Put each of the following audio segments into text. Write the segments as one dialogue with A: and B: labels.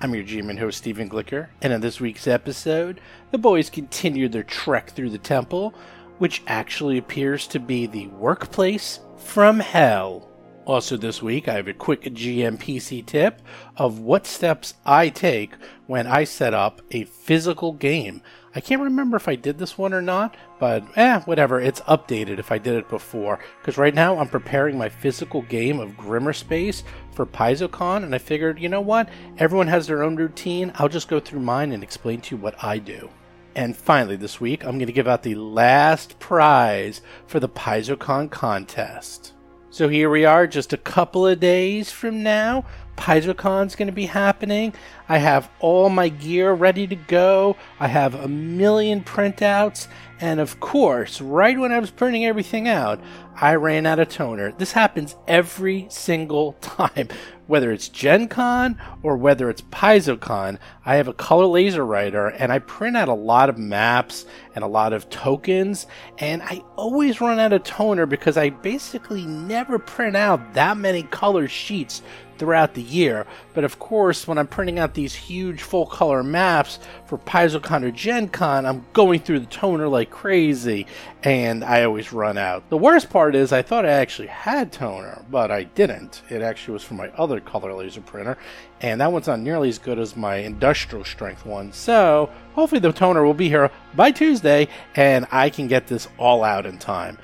A: I'm your GM and host Stephen Glicker, and in this week's episode, the boys continue their trek through the temple, which actually appears to be the workplace from hell. Also, this week, I have a quick GMPC tip of what steps I take when I set up a physical game. I can't remember if I did this one or not, but eh, whatever. It's updated if I did it before. Because right now, I'm preparing my physical game of Grimmer Space for PaizoCon, and I figured, you know what? Everyone has their own routine. I'll just go through mine and explain to you what I do. And finally, this week, I'm going to give out the last prize for the PaizoCon contest. So here we are, just a couple of days from now. PaizoCon's going to be happening. I have all my gear ready to go. I have a million printouts. And of course, right when I was printing everything out, I ran out of toner. This happens every single time. Whether it's Gen Con or whether it's PaizoCon, I have a color laser writer and I print out a lot of maps and a lot of tokens. And I always run out of toner because I basically never print out that many color sheets throughout the year. But of course, when I'm printing out these huge full color maps for PaizoCon or Gen Con, I'm going through the toner like crazy and I always run out. The worst part is I thought I actually had toner, but I didn't. It actually was from my other color laser printer and that one's not nearly as good as my industrial strength one. So hopefully the toner will be here by Tuesday and I can get this all out in time.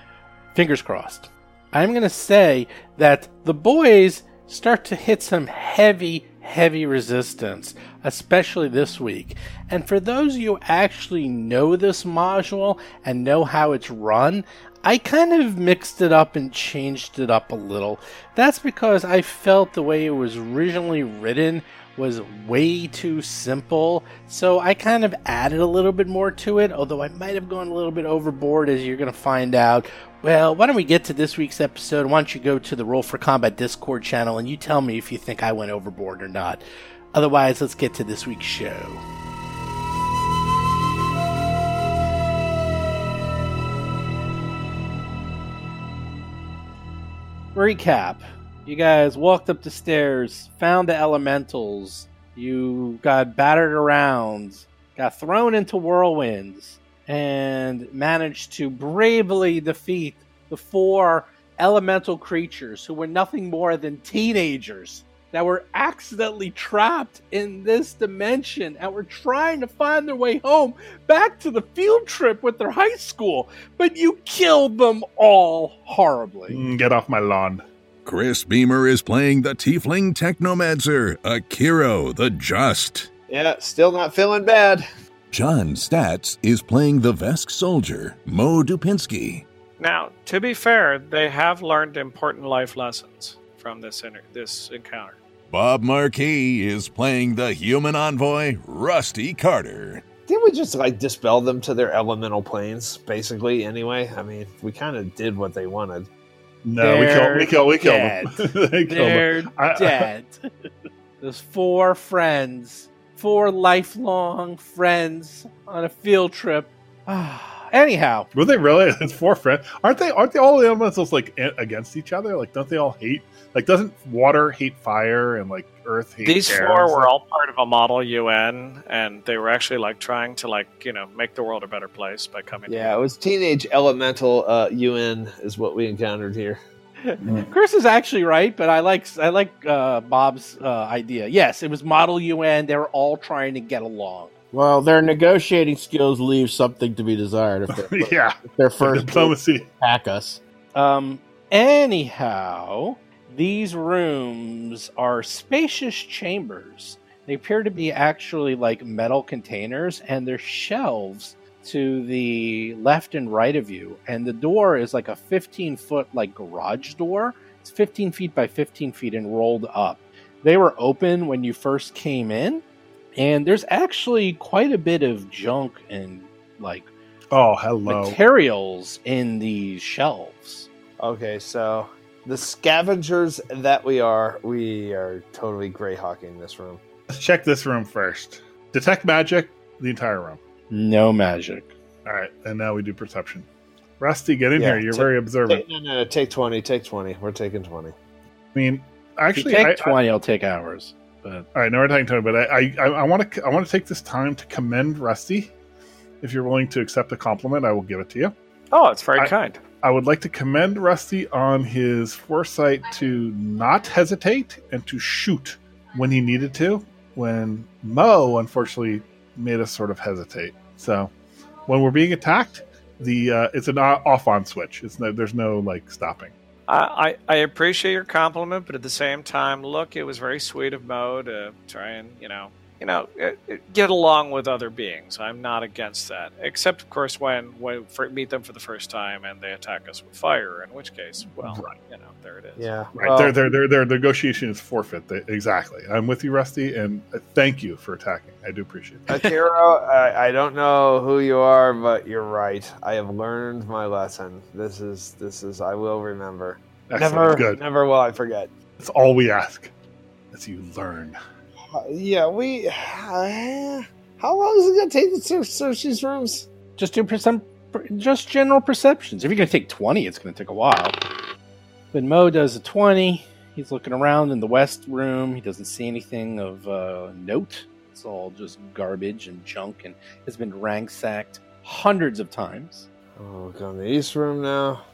A: Fingers crossed. I'm going to say that the boys start to hit some heavy, heavy resistance, especially this week. And for those of you who actually know this module and know how it's run, I kind of mixed it up and changed it up a little. That's because I felt the way it was originally written was way too simple, so I kind of added a little bit more to it, although I might have gone a little bit overboard, as you're going to find out. Well, why don't we get to this week's episode? Why don't you go to the Roll for Combat Discord channel and you tell me if you think I went overboard or not? Otherwise, let's get to this week's show. Recap. You guys walked up the stairs, found the elementals. You got battered around, got thrown into whirlwinds, and managed to bravely defeat the four elemental creatures who were nothing more than teenagers that were accidentally trapped in this dimension and were trying to find their way home back to the field trip with their high school. But you killed them all horribly.
B: Mm, Get off my lawn.
C: Chris Beamer is playing the Tiefling Technomancer, Akiro the Just.
D: Yeah, still not feeling bad.
C: John Statz is playing the Vesk Soldier, Mo Dupinsky.
E: Now, to be fair, they have learned important life lessons from this inter- this encounter.
C: Bob Marquis is playing the Human Envoy, Rusty Carter.
D: Didn't we just like dispel them to their elemental planes, basically? Anyway, I mean, we kind of did what they wanted.
B: No, we killed. We killed. We killed them. they killed them.
A: They're
B: I- I-
A: dead. Those four friends, four lifelong friends on a field trip. Ah, Anyhow,
B: Were they really? It's four friends. Aren't they? Aren't they all the elementals like a- against each other? Like, don't they all hate? Like, doesn't water hate fire and like earth hate?
E: These
B: air
E: four
B: and
E: were
B: stuff?
E: all part of a model UN, and they were actually like trying to like you know make the world a better place by coming.
D: Yeah, it was teenage elemental uh, UN is what we encountered here.
A: Chris is actually right, but I like I like uh, Bob's uh, idea. Yes, it was Model UN. They were all trying to get along.
F: Well, their negotiating skills leave something to be desired if they're,
B: yeah,
F: if they're first to
B: diplomacy.
F: attack us.
A: Um, anyhow, these rooms are spacious chambers. They appear to be actually like metal containers, and there's shelves to the left and right of you. And the door is like a 15 foot like garage door. It's 15 feet by 15 feet and rolled up. They were open when you first came in, and there's actually quite a bit of junk and like
B: Oh, hello.
A: materials in these shelves.
D: Okay, so the scavengers that we are, we are totally greyhawking this room.
B: Let's check this room first. Detect magic, the entire room.
A: No magic.
B: All right, and now we do perception. Rusty, get in
D: Yeah,
B: here. You're
D: take-
B: very observant.
D: Take, no, no, no, take twenty. Take twenty. We're taking twenty.
B: I mean, actually,
A: if you
B: I,
A: take twenty, I'll take hours. But
B: All right, now we're talking to him, but I I I want to I want to take this time to commend Rusty. If you're willing to accept a compliment, I will give it to you.
E: Oh, it's very
B: I-
E: kind.
B: I would like to commend Rusty on his foresight to not hesitate and to shoot when he needed to. When Mo unfortunately made us sort of hesitate. So when we're being attacked, the uh, it's an o- off on switch. It's no, there's no like stopping.
E: I, I, I appreciate your compliment, but at the same time, look, it was very sweet of Mo to try and, you know, you know, eh, eh, get along with other beings. I'm not against that, except of course when we for, meet them for the first time and they attack us with fire. In which case, well,
B: Right.
E: you know, there it is.
D: Yeah.
B: Right,
D: well,
B: their, their their their negotiation is forfeit. They, exactly. I'm with you, Rusty, and uh, thank you for attacking. I do appreciate that.
D: Akira, I, I don't know who you are, but you're right. I have learned my lesson. This is this is. I will remember.
B: Excellent.
D: Never,
B: Good.
D: never will I forget.
B: That's all we ask. That's you learn.
D: Uh, yeah, we. uh, how long is it gonna take to search, search these rooms?
A: just do percent, just general perceptions. If you're gonna take twenty, it's gonna take a while. But Mo does a twenty. He's looking around in the west room. He doesn't see anything of uh, note. It's all just garbage and junk, and has been ransacked hundreds of times.
D: Oh, we're going to the east room now.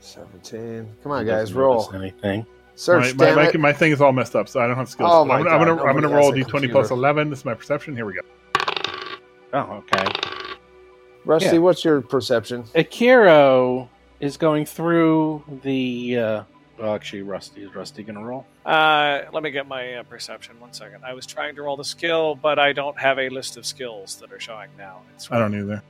D: Seventeen. Come on,
A: He
D: guys,
A: doesn't
D: roll.
A: notice anything.
D: Search.
B: my,
D: damn
B: my,
D: it.
B: my, my thing is all messed up, so I don't have skills.
D: Oh
B: But I'm
D: my
B: gonna, I'm
D: God,
B: gonna, I'm
D: nobody
B: gonna
D: has
B: roll
D: a
B: d d20
D: computer.
B: plus 11. This is my perception. Here we go.
A: Oh, okay.
D: Rusty,
A: yeah.
D: what's your perception?
A: Akiro is going through the. Uh, well, actually, Rusty is Rusty gonna roll?
E: Uh, let me get my uh, perception. One second. I was trying to roll the skill, but I don't have a list of skills that are showing now. It's
B: I don't either.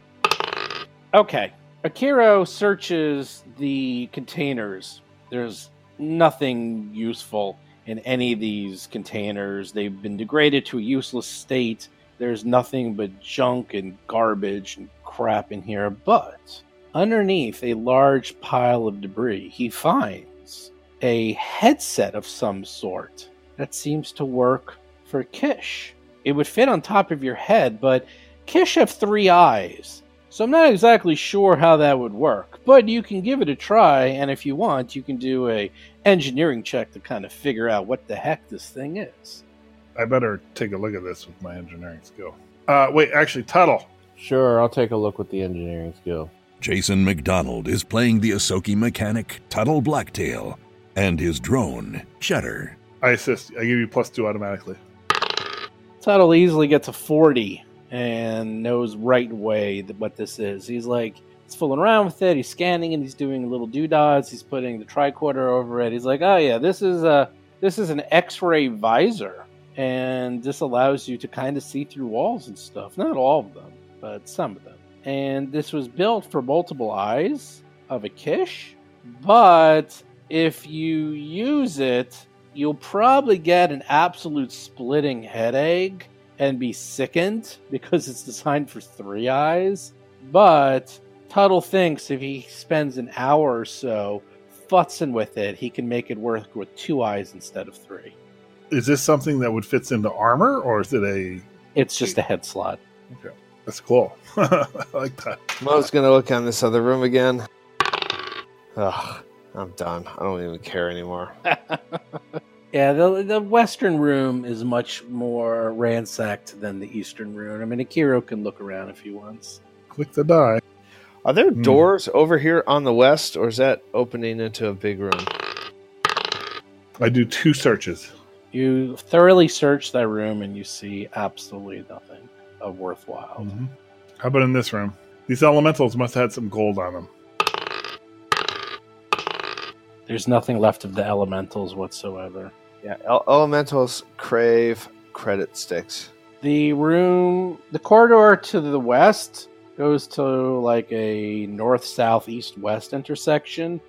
A: Okay. Akiro searches the containers. There's nothing useful in any of these containers. They've been degraded to a useless state. There's nothing but junk and garbage and crap in here. But underneath a large pile of debris, he finds a headset of some sort that seems to work for Kish. It would fit on top of your head, but Kish have three eyes. So I'm not exactly sure how that would work, but you can give it a try, and if you want, you can do a engineering check to kind of figure out what the heck this thing is.
B: I better take a look at this with my engineering skill. Uh, wait, actually, Tuttle.
F: Sure, I'll take a look with the engineering skill.
C: Jason McDonald is playing the Asoki mechanic Tuttle Blacktail and his drone, Shutter.
B: I assist. I give you plus two automatically.
A: Tuttle easily gets a 40 and knows right away that what this is. He's like, he's fooling around with it, he's scanning and he's doing little doodads, he's putting the tricorder over it. He's like, oh yeah, this is a this is an X-ray visor, and this allows you to kind of see through walls and stuff. Not all of them, but some of them. And this was built for multiple eyes of a Kish, but if you use it, you'll probably get an absolute splitting headache and be sickened because it's designed for three eyes. But Tuttle thinks if he spends an hour or so futzing with it, he can make it work with two eyes instead of three.
B: Is this something that would fits into armor, or is it a?
A: It's just a head slot.
B: That's cool. I like that.
D: Mo's gonna look on this other room again. Ugh, I'm done. I don't even care anymore.
A: Yeah, the, the Western room is much more ransacked than the Eastern room. I mean, Akiro can look around if he wants.
B: Click the die.
D: Are there
B: Hmm.
D: doors over here on the west, or is that opening into a big room?
B: I do two searches.
A: You thoroughly search that room and you see absolutely nothing. a worthwhile.
B: Mhm. How about in this room? These elementals must have had some gold on them.
A: There's nothing left of the elementals whatsoever.
D: Yeah, el- elementals crave credit sticks.
A: The room, the corridor to the west goes to like a north, south, east, west intersection.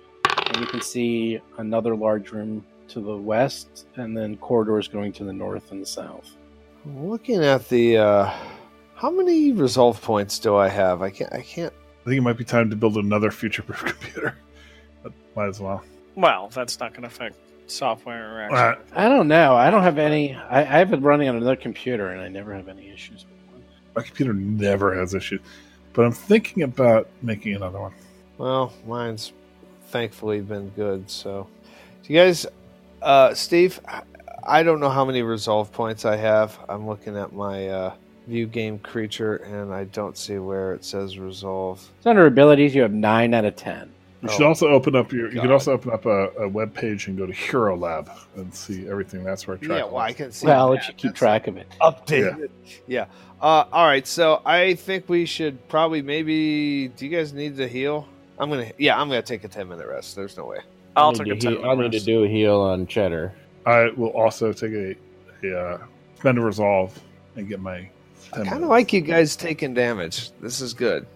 A: And you can see another large room to the west, and then corridors going to the north and the south.
D: Looking at the, uh, how many resolve points do I have? I can't. I can't.
B: I think it might be time to build another future-proof computer. But might as well.
E: Well, that's not going to affect software interaction.
B: Uh,
A: I don't know. I don't have any. I, I have it running on another computer, and I never have any issues with one.
B: my computer never has issues, but I'm thinking about making another one.
D: Well, mine's thankfully been good. So, do you guys, uh, Steve, I- I don't know how many resolve points I have. I'm looking at my uh, view game creature, and I don't see where it says resolve.
A: So under abilities, you have nine out of ten.
B: You
D: Oh,
B: should also open up your. You
D: God.
B: could also open up a, a web page and go to Hero Lab and see everything. That's where I track.
D: yeah, well, I
B: is.
D: can see.
A: Well,
D: that.
A: if you keep
D: That's-
A: track of it,
D: updated. Yeah. Uh, all right. So I think we should probably maybe. Do you guys need to heal? I'm gonna. Yeah, I'm gonna take a ten minute rest. There's no way.
E: I'll
F: need
E: take
F: to
E: a ten
F: heal- I need to do a heal on Cheddar.
B: I will also take a, a uh, spend a resolve and get my.
D: I kind of like you guys taking damage. This is good.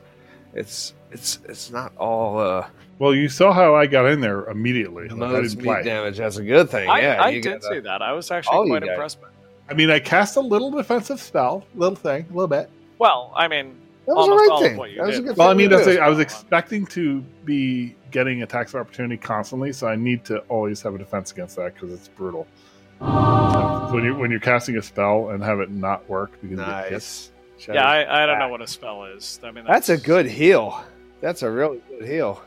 D: It's it's it's not all uh,
B: Well, you saw how I got in there immediately. Like, I
D: most
B: didn't
D: meat
B: play.
D: damage. That's a good thing.
E: I,
D: yeah,
E: I
D: you
E: did
D: gotta-
E: see that. I was
D: all
E: actually
D: you
E: quite
D: guys.
E: impressed. By
B: I mean, I cast a little defensive spell, little thing, a little bit.
E: Well, I mean,
D: That was
E: Almost
D: the
E: all
D: right
E: of
D: thing.
E: what you
D: That was a
E: did.
D: good
B: Well, I
D: thing
B: mean,
D: to
B: that's
D: do.
B: a, I was expecting to be getting attacks of opportunity constantly, so I need to always have a defense against that because it's brutal. So when you when you're casting a spell and have it not work because you get hit,
D: nice.
E: yeah, I, I don't know what a spell is. I mean,
D: that's a good heal. That's a really good heal.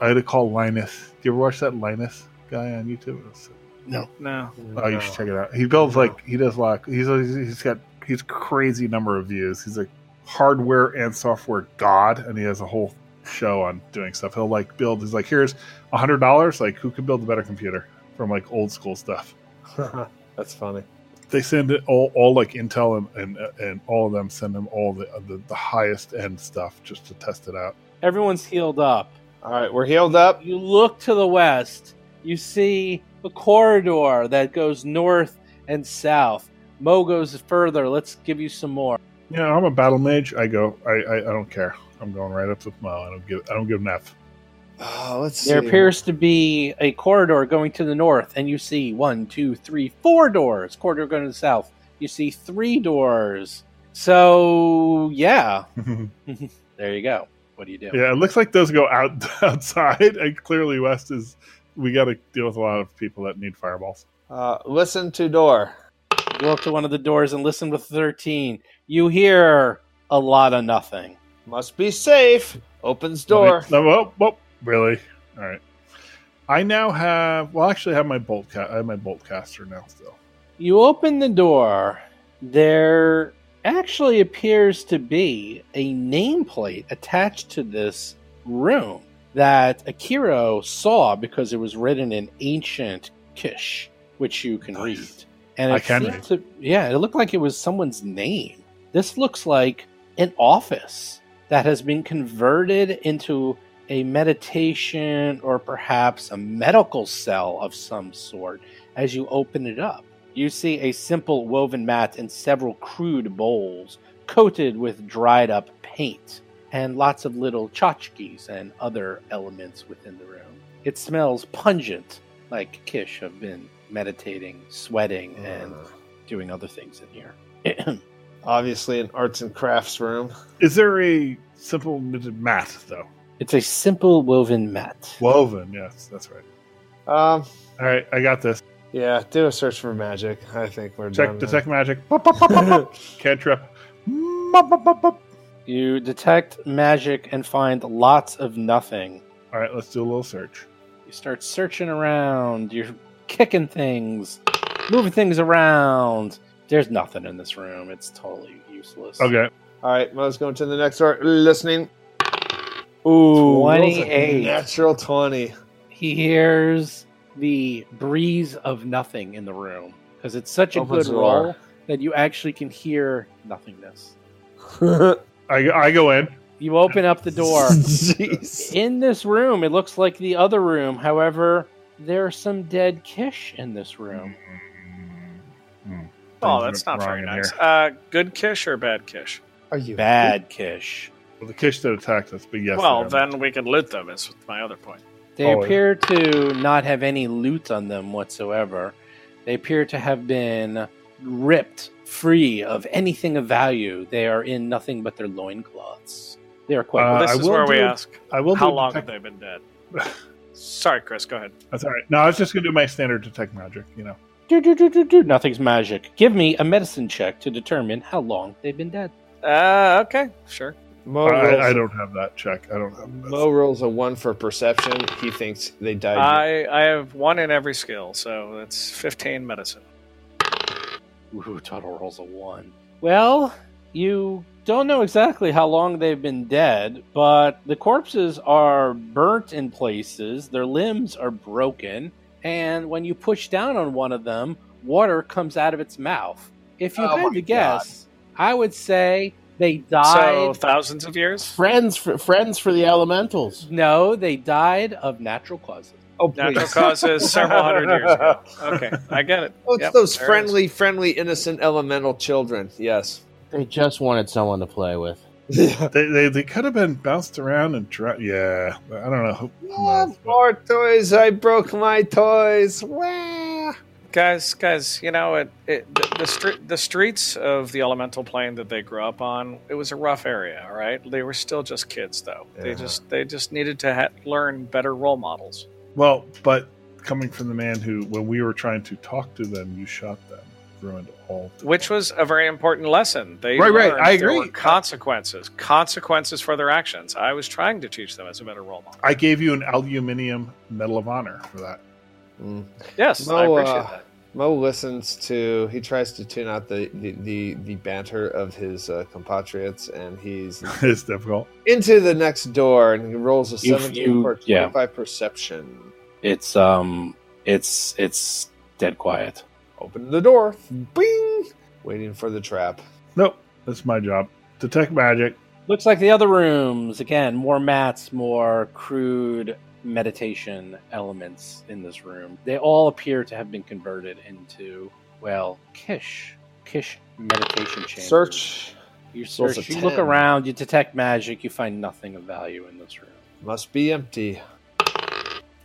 B: I had to call Linus. Do you ever watch that Linus guy on YouTube? It's-
E: No,
B: Oh,
A: Uh,
B: you should check it out. He builds like he does like he's he's got he's crazy number of views. He's a hardware and software god, and he has a whole show on doing stuff. He'll like build. He's like, here's a hundred dollars. Like, who can build a better computer from like old school stuff?
D: out. that's funny.
B: They send it all, all like Intel and, and and all of them send them all the, the the highest end stuff just to test it out.
A: everyone's healed up.
D: All right, we're healed up.
A: You look to the west. You see a corridor that goes north and south. Mo goes further. Let's give you some more.
B: You know, I'm a battle mage. I go. I I, I don't care. I'm going right up to Mo. I don't give. I don't give an F.
D: Oh, let's
A: There
D: see.
A: appears to be a corridor going to the north, and you see one, two, three, four doors. Corridor going to the south. You see three doors. So, yeah, there you go. What do you do?
B: Yeah, it looks like those go out outside, and clearly West is. We got to deal with a lot of people that need fireballs.
D: Uh, listen to door.
A: Go up to one of the doors and listen with 13. You hear a lot of nothing.
D: Must be safe. Opens door.
B: No, whoa, whoa, really? All right. I now have. Well, actually, I have my bolt. Ca- I have my bolt caster now. Still,
A: You open the door. There actually appears to be a nameplate attached to this room that Akiro saw because it was written in ancient Kish, which you can
B: Nice.
A: read. And
B: I
A: it
B: can
A: seemed To, yeah, it looked like it was someone's name. This looks like an office that has been converted into a meditation or perhaps a medical cell of some sort as you open it up. You see a simple woven mat and several crude bowls coated with dried up paint and lots of little tchotchkes and other elements within the room. It smells pungent, like Kish have been meditating, sweating, and
D: Uh,
A: doing other things in here.
D: obviously, an arts and crafts room.
B: is there a simple knitted mat though?
A: it's a simple woven mat.
B: Woven. Yes, that's right.
D: Um,
B: All right, I got this.
D: yeah, do a search for magic. I think we're
B: Check
D: done. now.
B: detect magic. Pop, pop, pop, pop, pop. Cantrip. Bop, bop, bop, bop.
A: You detect magic and find lots of nothing.
B: All right, let's do a little search.
A: You start searching around. You're kicking things, moving things around. There's nothing in this room. It's totally useless.
B: Okay,
D: All right, Mo's going to the next door. Listening. Ooh, rolls a
A: 28.
D: natural twenty.
A: He hears the breeze of nothing in the room because it's such a
D: Opens
A: good
D: the door.
A: roll that you actually can hear nothingness.
B: I, I go in.
A: You open up the door.
D: Jeez.
A: in this room, it looks like the other room. However, there are some dead Kish in this room.
E: Oh,
B: Things went
E: that's not very
B: wrong in
E: nice. Uh, good kish or bad kish?
D: Are you
A: Bad Kish.
B: Well, the Kish that attacked us, but yes.
E: well,
B: they are.
E: then we can loot them. Is my other point.
A: They
D: Oh, yeah.
A: appear to not have any loot on them whatsoever. They appear to have been ripped free of anything of value. They are in nothing but their loincloths. They are quite.
B: Uh,
E: this
B: I
E: is
B: will
E: where we
B: do-
E: ask
B: I will.
E: how
B: do
E: long have
B: detect-
E: they been dead. Sorry, Chris. Go ahead.
B: That's all right. No, I was just gonna do my standard detect magic. You know,
A: do, do, do, do, do. Nothing's magic. Give me a medicine check to determine how long they've been dead.
E: Uh, okay, sure. Oh,
D: Mo, rolls,
B: I, I don't have that check. I don't have. That.
D: Mo rolls a one for perception. He thinks they died.
E: I I have one in every skill, so that's fifteen medicine.
A: Ooh, total rolls a one. Well, you don't know exactly how long they've been dead, but the corpses are burnt in places, their limbs are broken, and when you push down on one of them, water comes out of its mouth. If you
D: Oh
A: had
D: my
A: to guess, I would say they died.
E: So thousands of years.
F: friends, for, friends for the elementals.
A: no, they died of natural causes.
D: oh,
E: Natural causes several hundred years ago. Okay, I get it.
D: Oh, it's
E: Yep,
D: those
E: there it is.
D: friendly, friendly, innocent elemental children. Yes.
F: They just wanted someone to play with.
D: Yeah.
B: They, they, they could have been bounced around and dra- yeah I don't know. Who knows, but-
D: More toys. I broke my toys. Wah.
E: guys guys you know it, it the, the, stre- the streets of the elemental plane that they grew up on it was a rough area all right they were still just kids though they
D: Yeah.
E: just they just needed to ha- learn better role models
B: Well, but coming from the man who, when we were trying to talk to them, you shot them, ruined all. the-
E: which was a very important lesson they
B: Right, right,
E: learned
B: I
E: there
B: agree.
E: were consequences consequences for their actions i was trying to teach them as a better role model
B: I gave you an aluminium medal of honor for that.
D: Mm.
E: yes i
D: No,
E: appreciate
D: uh,
E: that
D: Mo listens to. He tries to tune out the the the, the banter of his uh, compatriots, and he's
B: it's difficult.
D: into the next door and he rolls a
A: You-
D: seventeen
A: you-
D: for
A: yeah.
D: twenty-five perception.
A: It's um, it's it's dead quiet.
D: Open the door. Bing. Waiting for the trap.
B: Nope, that's my job. Detect magic.
A: Looks like the other rooms. Again, more mats, more crude meditation elements in this room. They all appear to have been converted into, well, Kish. Kish meditation chambers.
D: Search
A: You
D: Rolls
A: search.
D: a
A: You look
D: 10.
A: around. You detect magic. You find nothing of value in this room.
D: must be empty.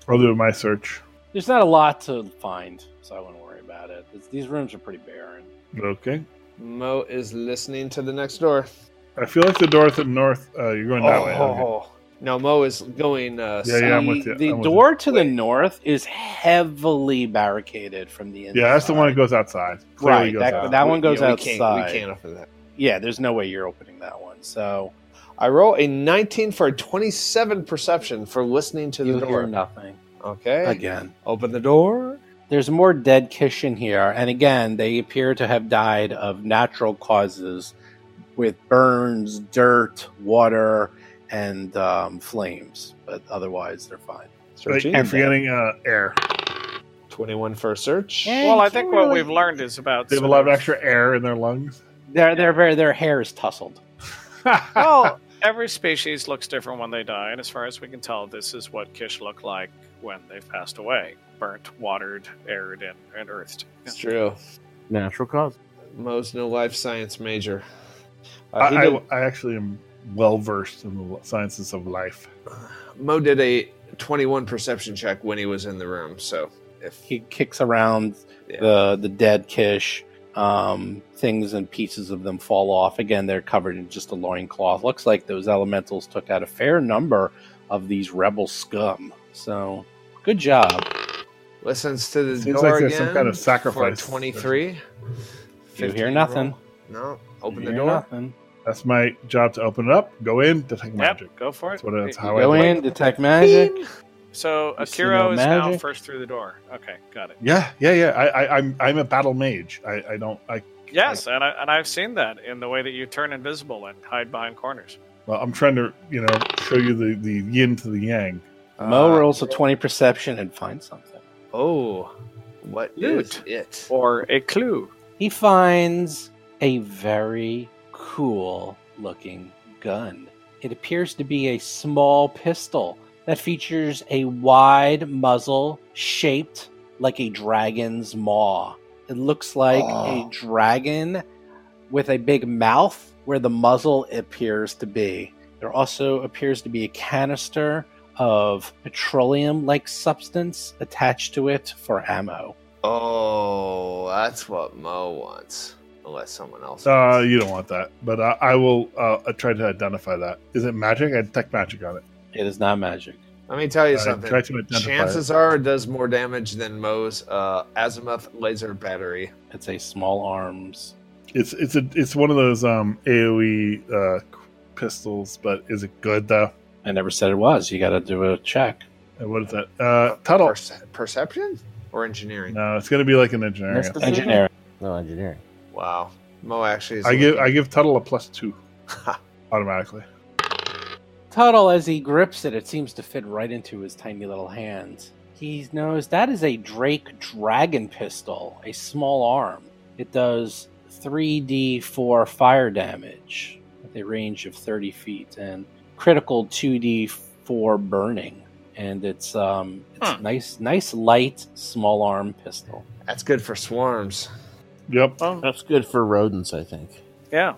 B: I'll do my search.
A: There's not a lot to find, so I wouldn't worry about it. It's, these rooms are pretty barren.
B: Okay.
D: Mo is listening to the next door. Oh,
B: I feel like the door at the north. Uh, you're going that way. Okay.
D: No, Mo is going. Uh,
B: Yeah, yeah, I'm
A: The-
B: with you.
A: The
B: I'm with you.
A: door to the north is heavily barricaded from the inside.
B: Yeah, that's the one that goes outside. Clearly
A: Right,
B: goes
A: that-
B: out.
A: that one goes
D: out.
A: outside.
D: We can't open that.
A: Yeah, there's no way you're opening that one. So
D: I roll a 19 for a 27 perception for listening to the
A: you
D: door.
A: hear nothing
D: Okay.
A: again.
D: Open the door.
A: There's more dead Kish in here, and again, they appear to have died of natural causes, with burns, dirt, water, and um, flames. But otherwise, they're fine.
B: Wait,
D: Searching.
B: you're forgetting uh, air.
D: 21 for a search.
A: Eh.
E: well i
A: you
E: think
A: can't
E: what
A: really-
E: we've learned is about
B: They have a
E: sort
B: lot of
E: of-
B: extra air in their lungs.
A: Their their very their hair is tousled.
E: well, every species looks different when they die, and as far as we can tell, this is what Kish look like when they've passed away: burnt, watered, aired, and, and earthed.
D: It's true.
F: Natural cause.
D: Mo's no life science major. Uh, he
B: I,
D: did,
B: I, I actually am well versed in the sciences of life.
D: Mo did a 21 perception check when he was in the room. So if
A: He kicks around
D: Yeah.
A: the the dead Kish. Um, things and pieces of them fall off. Again, they're covered in just a loincloth. Looks like those elementals took out a fair number of these rebel scum. So, good job.
D: listens to the
B: Seems
D: door
B: like there's
D: again
B: some kind of
D: for
B: sacrifice.
D: 23.
A: You hear
D: 15
A: nothing.
D: roll. No. Open the
A: You're
D: door.
A: Nothing.
B: That's my job to open it up, go in, detect magic.
E: Yep, go for it.
B: That's what it's
E: Y-
B: how I
A: Go
B: like
A: in,
B: it.
A: detect magic.
E: So
A: You see no
E: Akiro is now
A: magic?
E: first through the door. Okay, got it.
B: Yeah, yeah, yeah. I, I, I'm I'm a battle mage. I, I don't I
E: Yes, and I, and I've seen that in the way that you turn invisible and hide behind corners.
B: well, I'm trying to you know show you the, the yin to the yang.
A: Mo
D: Uh,
A: rolls a twenty perception and finds something.
D: Oh, what is
E: Loot.
D: it?
E: Or a clue.
A: He finds a very cool looking gun. It appears to be a small pistol that features a wide muzzle shaped like a dragon's maw. It looks like
D: Oh.
A: a dragon with a big mouth where the muzzle appears to be. There also appears to be a canister of petroleum like substance attached to it for ammo.
D: Oh, that's what Mo wants. Unless someone else.
B: Uh,
D: wants.
B: you don't want that, but uh, I will uh, I try to identify that. Is it magic? I detect magic on it.
A: It is not magic.
D: Let me tell you
B: I
D: something.
B: try to identify
D: Chances are it does more damage than Mo's uh, azimuth laser battery.
A: It's a small arms.
B: it. It's it's a it's one of those um AOE uh, pistols, but is it good though?
A: I never said it was. You got to do a check.
B: And what is that? Uh, Tuttle.
D: Perce- perception or engineering?
B: No, it's gonna be like an engineering.
F: Mysticism?
A: Engineering.
F: No engineering.
D: Wow. Mo actually is.
B: I give I
D: looking-
B: give Tuttle a plus two automatically.
A: Tuttle, as he grips it, it seems to fit right into his tiny little hands. He knows that is a Drake Dragon pistol, a small arm. It does 3d4 fire damage with a range of 30 feet and critical 2d4 burning. And it's um, it's
E: Hmm.
A: nice, nice light small arm pistol.
D: That's good for swarms.
B: Yep.
E: Oh,
F: That's good for rodents, I think.
E: yeah.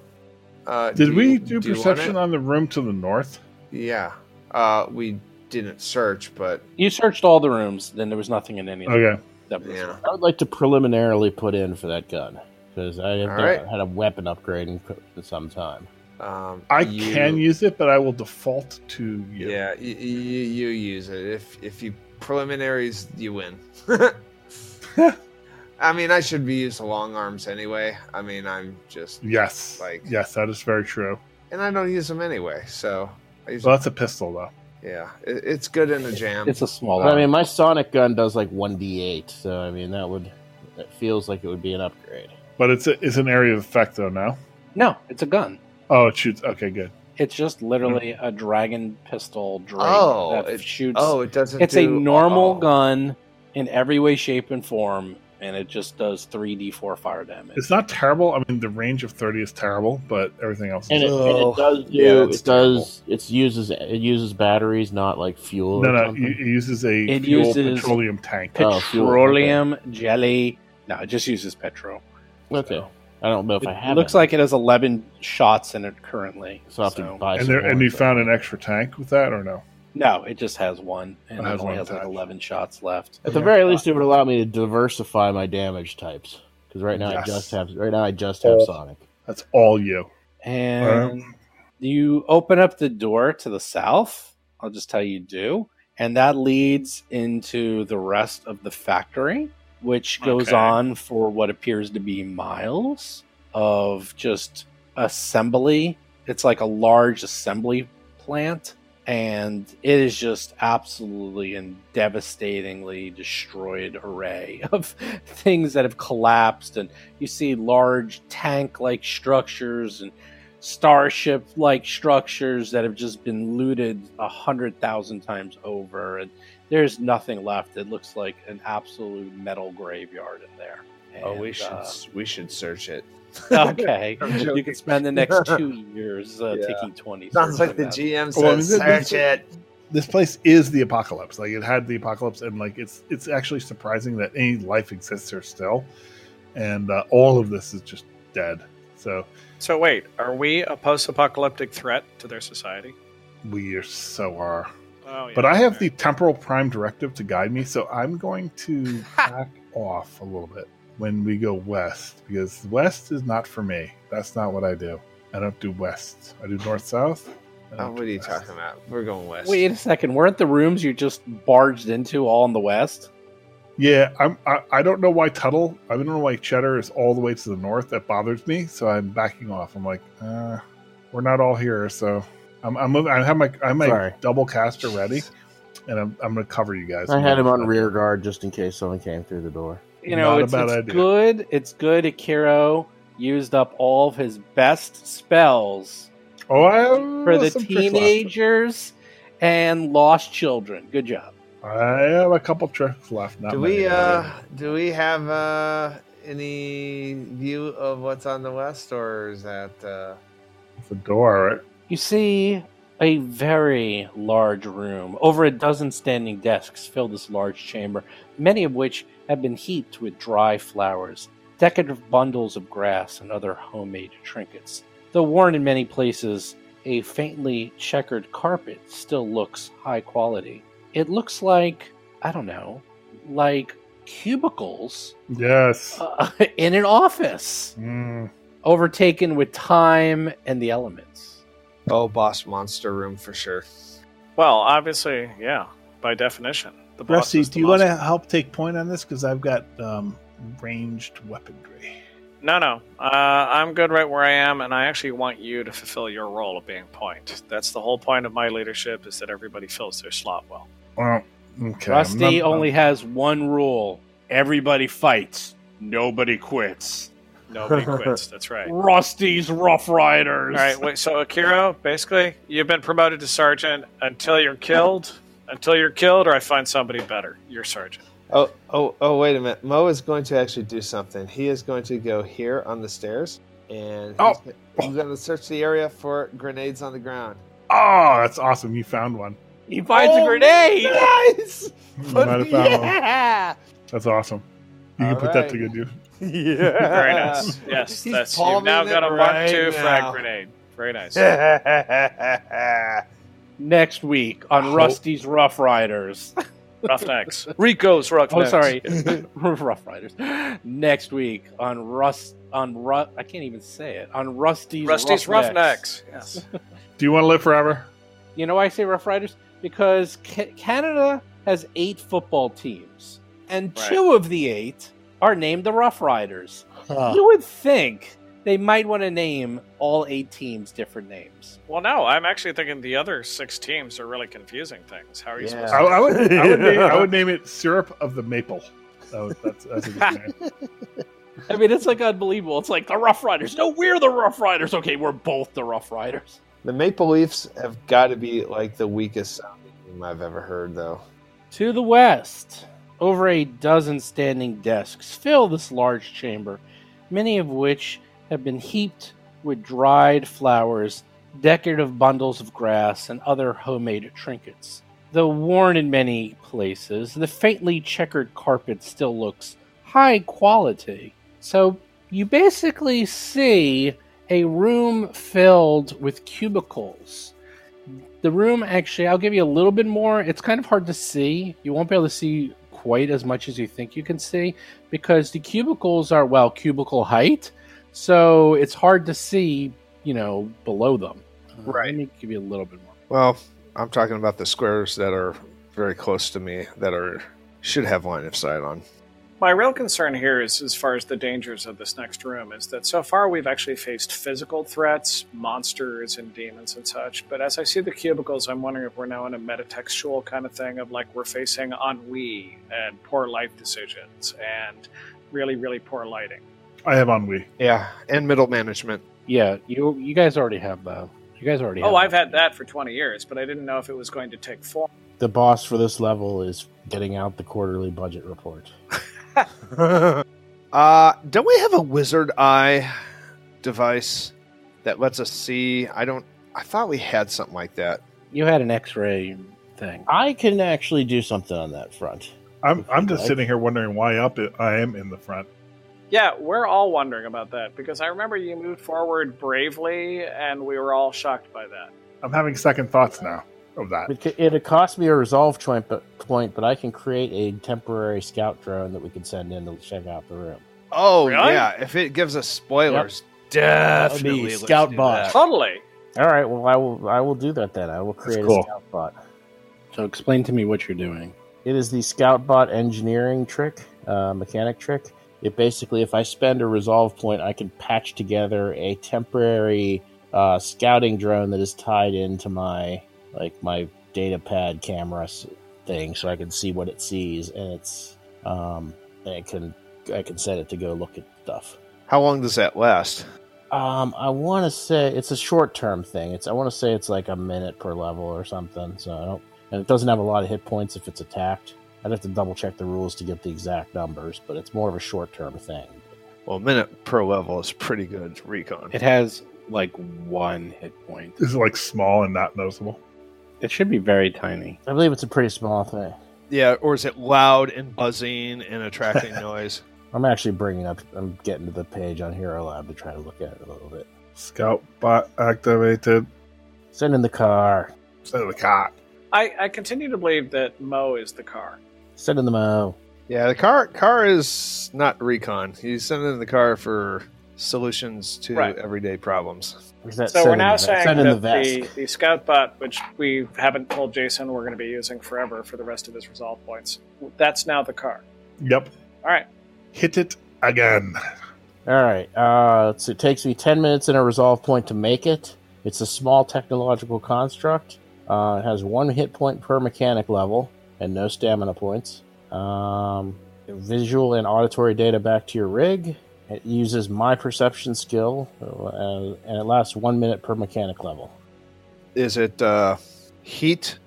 D: Uh,
B: Did
D: you-
B: we do,
D: you want
B: perception
D: it?
B: on the room to the north?
D: Yeah. Uh, we didn't search, but
A: You searched all the rooms, then there was nothing in any of them.
B: Okay.
A: that was
D: yeah.
F: I would like to preliminarily put in for that gun because I have
D: All
F: not
D: right.
F: had a weapon upgrade in qu- for some time.
D: Um,
B: I
D: you-
B: can use it, but I will default to you.
D: Yeah, you, you, you use it. If if you preliminaries, you win. I mean, I should be used to long arms anyway. I mean, I'm just
B: Yes.
D: Like-
B: yes, that is very true.
D: and I don't use them anyway. So I use
B: Well, that's a pistol though.
D: yeah, it, it's good in a jam.
A: It's a small
F: But I
A: arm.
F: mean, my sonic gun does like one d8, so I mean that would that feels like it would be an upgrade.
B: But it's a, it's an area of effect though now.
A: no, it's a gun.
B: Oh, it shoots. Okay, good.
A: It's just literally a dragon pistol drake
D: Oh,
A: that
D: it-
A: shoots.
D: oh, it doesn't.
A: it's a
D: do-
A: normal
D: oh.
A: gun in every way, shape, and form, and it just does 3d4 fire damage.
B: It's not terrible. I mean, the range of thirty is terrible, but everything else.
F: And
B: Is
F: it, and it
D: Oh,
F: does do
D: yeah, that's
F: it does it uses it uses batteries, not like fuel.
B: no,
F: or
B: no. It
F: something.
B: uses uh, a
A: It
B: fuel
A: uses-
B: petroleum tank.
F: Oh, fuel, okay.
A: Petroleum, jelly. No, it just uses petrol.
F: okay, I don't know if I
A: It
F: have.
A: looks
F: it.
A: like it has 11 shots in it currently.
F: so I have to
A: so-
F: buy.
B: And
F: some
B: there, and
F: more,
B: you
F: so-
B: found an extra tank with that, or no?
A: No, it just has one, and
B: It
A: it,
B: has
A: only
B: one
A: has like
B: attack.
A: 11 shots left.
F: At the very least, it would allow me to diversify my damage types because right now
B: Yes.
F: I just have right now I just have
B: Oh.
F: sonic.
B: That's all you.
A: And you open up the door to the south. I'll just tell you do. And that leads into the rest of the factory, which goes
E: Okay.
A: on for what appears to be miles of just assembly. It's like a large assembly plant. And it is just absolutely and devastatingly destroyed array of things that have collapsed. And you see large tank like structures and starship like structures that have just been looted a hundred thousand times over and there's nothing left it looks like an absolute metal graveyard in there
D: Oh,
A: And,
D: we should
A: uh,
D: we should search it.
A: okay
D: I'm
A: you
D: joking.
A: can spend the next two years uh,
D: Yeah.
A: taking 20
D: Sounds like the
A: searches.
D: GM says
B: Well, I mean,
D: search
B: this-
D: it.
B: This place is the apocalypse. Like it had the apocalypse, and like it's it's actually surprising that any life exists here still, and uh, all of this is just dead. So
E: So wait, are we a post-apocalyptic threat to their society?
B: we are so are.
E: Oh, yeah,
B: But I have
E: okay.
B: the temporal prime directive to guide me, so I'm going to back off a little bit when we go west because west is not for me. That's not what I do. I don't do west. I do north south.
D: Oh, what are you talking about? We're going west.
A: wait a second weren't the rooms you just barged into all in the west
B: Yeah, I'm. I, I don't know why Tuttle. I don't know why Cheddar is all the way to the north. That bothers me, so I'm backing off. I'm like, uh, we're not all here, so I'm. I'm moving. I have my. I have my
F: Sorry.
B: double caster ready, and I'm. I'm going to cover you guys.
F: I had him on rear guard just in case someone came through the door.
A: you know,
B: Not a
A: it's,
B: bad
A: it's
B: idea.
A: good. It's good. Akiro used up all of his best spells
B: Oh, I have
A: for the
B: some tricks left.
A: teenagers and lost children. Good job.
B: I have a couple tricks left. Not
D: do
B: many,
D: we
B: though.
D: uh do we have uh any view of what's on the west or is that uh
B: the door, right?
A: You see a very large room. Over a dozen standing desks fill this large chamber, many of which have been heaped with dry flowers, decorative bundles of grass, and other homemade trinkets. Though worn in many places, a faintly checkered carpet still looks high quality. It looks like, I don't know, like cubicles
B: Yes.
A: uh, in an office,
B: Mm.
A: overtaken with time and the elements.
D: Oh, boss monster room for sure.
E: Well, obviously, yeah, by definition. The boss
B: Rusty,
E: is the
B: do you want to
E: monster.
B: help take point on this? Because I've got um, ranged weaponry.
E: No, no. Uh, I'm good right where I am, and I actually want you to fulfill your role of being point. That's the whole point of my leadership is that everybody fills their slot well.
B: Well, okay. I'm
A: Rusty
B: not-
A: only has one rule: everybody fights, nobody quits.
E: Nobody quits. That's right. All
A: Rusty's Rough Riders.
E: right. Wait. So Akira, basically, you've been promoted to sergeant until you're killed. Until you're killed, or I find somebody better. You're sergeant.
D: Oh, oh, oh! Wait a minute. Mo is going to actually do something. He is going to go here on the stairs, and he's,
B: Oh.
D: he's going to search the area for grenades on the ground.
B: Oh, that's awesome. You found one.
A: He finds a
D: Oh,
A: grenade.
D: Nice.
B: You might have found one.
D: yeah.
B: That's awesome. You can
D: All
B: put
D: right.
B: that to good use.
D: Yeah.
E: Very nice. Yes.
D: He's
E: that's you've
D: palming
E: now
D: it
E: got a mark
D: right
E: two frag
D: now.
E: grenade. Very nice.
A: Next week on
B: Oh.
A: Rusty's Rough Riders.
E: Roughnecks. Rico's
A: Oh,
E: Roughnecks.
A: sorry, Rough Riders. Next week on Rust on Ru- I can't even say it on Rusty's
E: Rusty's
A: Roughnecks.
E: Roughnecks. Yes.
B: Do you want to live forever?
A: You know why I say Rough Riders? Because ca- Canada has eight football teams, and
E: Right.
A: two of the eight are named the Rough Riders. You would think they might want to name all eight teams different names.
E: Well, no, I'm actually thinking the other six teams are really confusing things. How are you
D: Yeah.
E: supposed
B: I, I would, I, would name, I would name it Syrup of the Maple. That would- that's, that's a good name.
A: I mean, it's like unbelievable. It's like the Rough Riders. No, we're the Rough Riders. Okay, we're both the Rough Riders.
D: The Maple Leafs have got to be like the weakest sounding team I've ever heard, though.
A: To the west, over a dozen standing desks fill this large chamber, many of which have been heaped with dried flowers, decorative bundles of grass, and other homemade trinkets. Though worn in many places, the faintly checkered carpet still looks high quality. So you basically see a room filled with cubicles the room actually i'll give you a little bit more it's kind of hard to see you won't be able to see quite as much as you think you can see because the cubicles are well cubicle height so it's hard to see you know below them Uh, let
D: Right.
A: me give you a little bit more
D: Well, I'm talking about the squares that are very close to me that are should have line of sight on.
E: My real concern here is, as far as the dangers of this next room, is that so far we've actually faced physical threats, monsters and demons and such. But as I see the cubicles, I'm wondering if we're now in a metatextual kind of thing of like we're facing ennui and poor life decisions and really, really poor lighting.
B: I have ennui.
D: Yeah, and middle management.
A: yeah you you guys already have uh you guys already have
E: Oh, I've had that for 20 years, but I didn't know if it was going to take form.
F: The boss for this level is getting out the quarterly budget report.
D: Uh, don't we have a wizard eye device that lets us see? I don't. I thought we had something like that.
A: you had an x-ray thing
F: I can actually do something on that front.
B: I'm,
F: If
B: I'm
F: you'd
B: just
F: like.
B: sitting here wondering why up it, I am in the front.
E: Yeah, we're all wondering about that because I remember you moved forward bravely and we were all shocked by that.
B: I'm having second thoughts now of that.
F: It ca- It'd cost me a resolve point but, point, but I can create a temporary scout drone that we can send in to check out the room.
D: Oh
E: Really?
D: yeah, if it gives us spoilers,
F: That would
D: definitely
F: be
D: let's
F: scout
D: do
F: bot.
D: that.
E: Totally.
F: All right, well, I will. I will do that then. I will create
B: cool.
F: a scout bot.
A: so explain to me what you're doing
F: It is the scout bot engineering trick, uh, mechanic trick. It basically, if I spend a resolve point, I can patch together a temporary uh, scouting drone that is tied into my like my data pad camera s- thing, so I can see what it sees, and it's um, and it can I can set it to go look at stuff.
D: How long does that last?
F: Um, I want to say it's a short term thing. It's I want to say it's like a minute per level or something. So I don't, and it doesn't have a lot of hit points if it's attacked. I'd have to double check the rules to get the exact numbers, but it's more of a short term thing.
D: Well, a minute per level is pretty good recon.
A: it has like one hit point.
B: Is it like small and not noticeable?
A: It should be very tiny.
F: I believe it's a pretty small thing.
D: Yeah, or is it loud and buzzing and attracting noise?
F: I'm actually bringing up. I'm getting to the page on Hero Lab to try to look at it a little bit.
B: Scout bot activated.
F: Send in the car.
B: So the cop.
E: I, I continue to believe that Mo is the car.
F: Send in the mo.
D: Yeah, the car car is not recon. He's sending the car for solutions to
E: Right.
D: everyday problems.
F: Or is that
E: So
F: send
E: we're
F: in
E: now
F: the vest?
E: saying
F: Send in
E: that
F: the vest.
E: the, the scout bot, which we haven't told Jason we're going to be using forever for the rest of his resolve points, that's now the car.
B: Yep.
E: All right.
B: Hit it again.
F: All right. Uh, let's see, it takes me 10 minutes and a resolve point to make it. It's a small technological construct. Uh, it has one hit point per mechanic level and no stamina points. Um, visual and auditory data back to your rig. It uses my perception skill uh, and it lasts one minute per mechanic level.
D: Is it uh, heat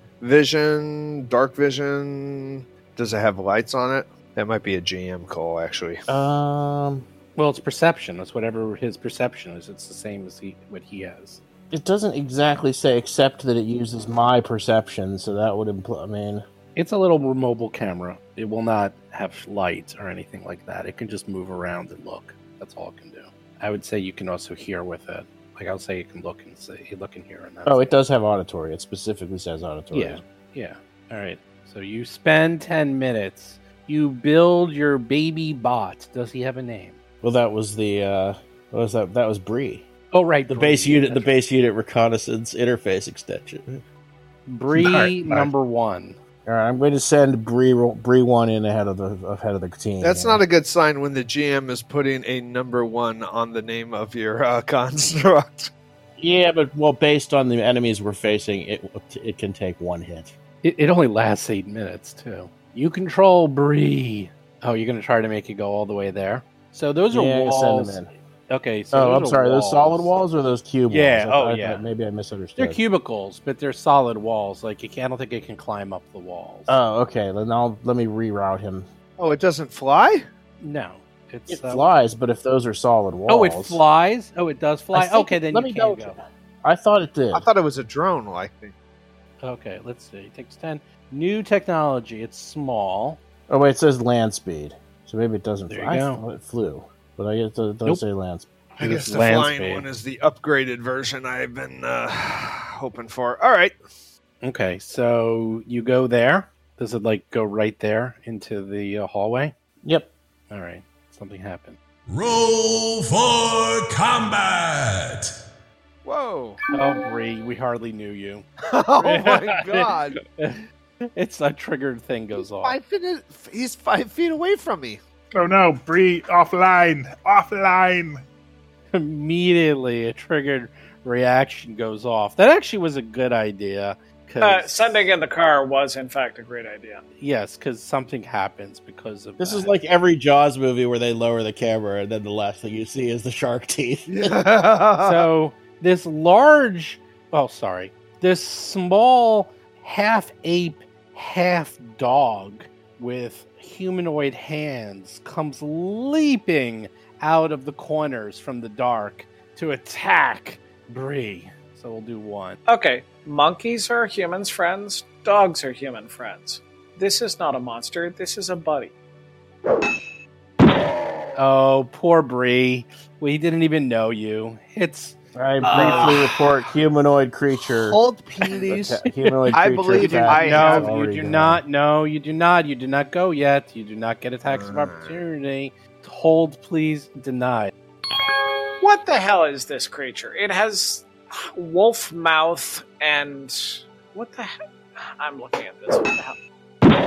D: vision, dark vision? Does it have lights on it? That might be a GM call, actually.
F: Um,
A: Well, it's perception. It's whatever his perception is. It's the same as he what he has.
F: it doesn't exactly say except that it uses my perception, so that would imply. I mean,
A: It's a little mobile camera. It will not have lights or anything like that. It can just move around and look. That's all it can do. I would say you can also hear with it. Like I'll say, you can look and see, look and hear. And that's
F: oh, it does have auditory. It specifically says auditory.
A: Yeah. Yeah. All right. So you spend 10 minutes. You build your baby bot. Does he have a name?
F: Well, that was the uh, what was that? That was Bree.
A: Oh, right.
G: The base
A: Bree.
G: unit, the
A: That's
G: base unit reconnaissance interface extension.
A: right. Bree
B: All right, all right.
A: number one.
F: All right, I'm going to send Bree Bree one in ahead of the ahead of the team.
D: That's not a good sign when the GM is putting a number one on the name of your uh, construct.
F: yeah, but well, based on the enemies we're facing, it it can take one hit.
A: It, it only lasts eight minutes, too. You control Bree. Oh, you're going to try to make it go all the way there? So those are
F: Yeah,
A: walls.
F: Send them in.
A: Okay. So
F: Oh,
A: those
F: I'm
A: are
F: sorry. Those solid walls or those cube
A: Yeah,
F: walls? I
A: oh,
F: thought-
A: yeah.
F: Maybe I
A: They're
F: misunderstood.
A: cubicles, but they're solid walls. Like, you can't, I don't think it can climb up the walls.
F: Oh, okay. Then I'll let me reroute him.
D: Oh, it doesn't fly?
A: no. It's,
F: It
A: uh,
F: flies, but if those are solid walls,
A: Oh, it flies? Oh, it does
F: I
A: fly?
F: think
A: Okay,
F: it-
A: then
F: let
A: you
F: me
A: can
F: double
A: go.
F: check. I thought it did.
D: I thought it was a drone like thing.
A: Okay, let's see. It takes 10. New technology. It's small.
F: oh wait, it says land speed, so maybe it doesn't.
A: There
F: fly.
A: you
F: I
A: go.
F: thought it flew, but I guess it doesn't
A: Nope.
F: say land. Speed.
D: I
A: It
D: guess
A: is
D: the
A: land
D: flying
A: speed.
D: one is the upgraded version I've been uh, hoping for. All right.
A: Okay, so you go there. Does it like go right there into the uh, hallway?
F: Yep.
A: All right, something happened.
C: Roll for combat!
D: Whoa.
A: Oh, Bree, we hardly knew you.
D: Oh my god.
A: it's a triggered thing goes off.
D: Five feet, he's five feet away from me.
B: Oh no, Bree, offline. Offline.
A: Immediately, a triggered reaction goes off. That actually was a good idea. 'cause-
E: Uh, sending in the car was, in fact, a great idea.
A: Yes, because something happens because of
G: This
A: is
G: is like every Jaws movie where they lower the camera and then the last thing you see is the shark teeth.
D: so,
A: so this large oh sorry this small half ape half dog with humanoid hands comes leaping out of the corners from the dark to attack Bree. So we'll do one.
E: Okay, monkeys are humans' friends, dogs are human friends. This is not a monster, this is a buddy.
A: Oh, poor Bree. We didn't even know you. It's
F: I
D: Ah.
F: briefly report humanoid creature.
D: hold please.
F: atta- humanoid
D: I
F: creature
D: believe you-
F: attack
D: I
F: is
D: have-
A: no,
F: already
A: you do
F: done.
A: not. No, you do not. You do not go yet. You do not get attacks of
D: Uh.
A: opportunity. Hold, please. Denied.
E: What the hell is this creature? It has wolf mouth and. What the hell? I'm looking at this. What the hell?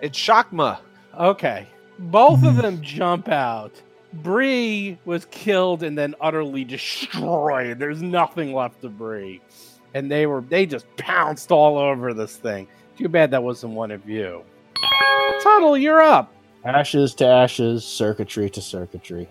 D: It's Shakma.
A: Okay. Both
F: Hmm.
A: of them jump out. Bree was killed and then utterly destroyed. There's nothing left of Bree. And they were they just pounced all over this thing. Too bad that wasn't one of you. Tuttle, you're up.
F: Ashes to ashes, circuitry to circuitry.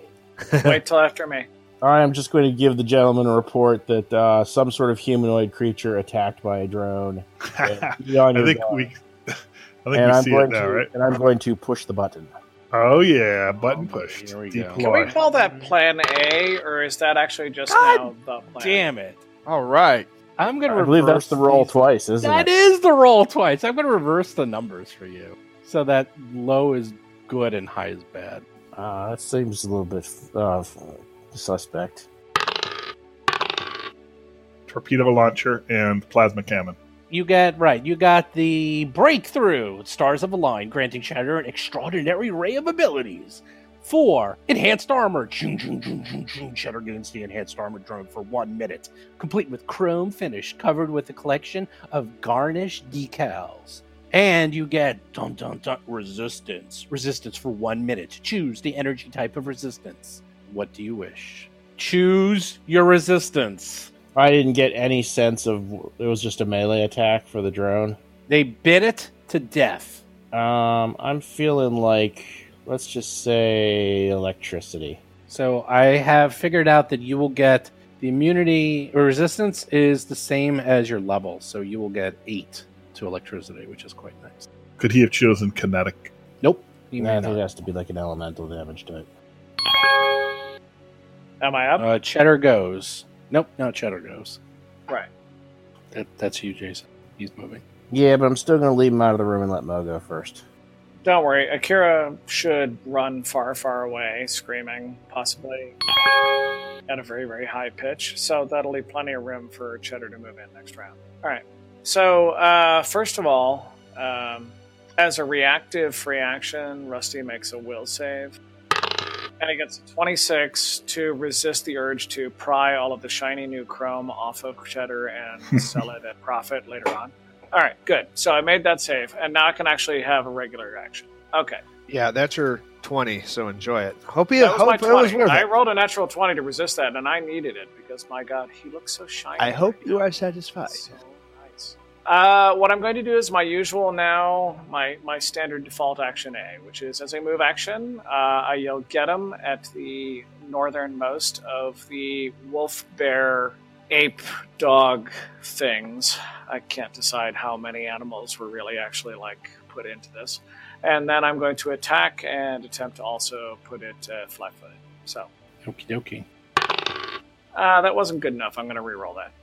E: Wait till after me.
F: All right, I'm just going to give the gentleman a report that uh, some sort of humanoid creature attacked by a drone.
B: I
F: Beyond your
B: think
F: guard.
B: we I think
F: and
B: we
F: I'm
B: see
F: going
B: it now,
F: to
B: right?
F: and I'm going to push the button.
B: Oh yeah, button
A: Oh, boy,
B: pushed.
A: here we go.
E: Can we
B: Deploy.
E: call that Plan A, or is that actually just now the plan?
A: Damn it.
H: All right.
A: I'm going to
F: I believe that's the roll
A: twice.
F: twice, isn't
A: That
F: it?
A: is the roll twice. I'm going to reverse the numbers for you. So that low is good and high is bad.
F: Uh, that seems a little bit uh, suspect.
B: Torpedo launcher and plasma cannon.
A: You got right. You got the breakthrough stars of a line, granting Shatter an extraordinary array of abilities. Four enhanced armor. Ching, ching, ching, ching, ching. Shatter gains the enhanced armor drone for one minute, complete with chrome finish, covered with a collection of garnished decals. And you get dun dun dun resistance. Resistance for one minute. Choose the energy type of resistance. What do you wish? Choose your resistance.
F: I didn't get any sense of it was just a melee attack for the drone.
A: They bit it to death.
F: Um, I'm feeling like let's just say electricity.
A: So I have figured out that you will get the immunity or resistance is the same as your level, so you will get eight to electricity, which is quite nice.
B: Could he have chosen kinetic?
A: You
F: Nah,
A: may
F: I think it
A: not.
F: has to be like an elemental damage to it.
E: Am I up?
A: Uh, Cheddar goes. Nope, no Cheddar goes.
E: Right.
A: That, that's you, Jason. He's moving.
F: Yeah, but I'm still gonna leave him out of the room and let Mo go first.
E: Don't worry. Akira should run far, far away, screaming, possibly at a very, very high pitch. So that'll leave plenty of room for Cheddar to move in next round. All right. So, uh, first of all, um, as a reactive free action, Rusty makes a will save. And he gets a 26 to resist the urge to pry all of the shiny new chrome off of Cheddar and sell it at profit later on. All right, good. So I made that save, and now I can actually have a regular action. Okay,
D: Yeah, that's your 20, so enjoy it. Hope you
E: that was
D: hope
E: my
D: it was
E: twenty.
D: worth
E: I
D: it.
E: rolled a natural twenty to resist that, and I needed it because my God, he looks so shiny.
D: I hope
E: right
D: you
E: now.
D: are satisfied.
E: So nice. Uh, what I'm going to do is my usual now, my my standard default action A, which is as a move action, uh, I yell "Get 'em!" at the northernmost of the wolf, bear, ape, dog things. I can't decide how many animals were really actually like put into this, and then I'm going to attack and attempt to also put it uh, flat-footed. So
A: Okie dokie.
E: uh, that wasn't good enough. I'm going to re-roll that.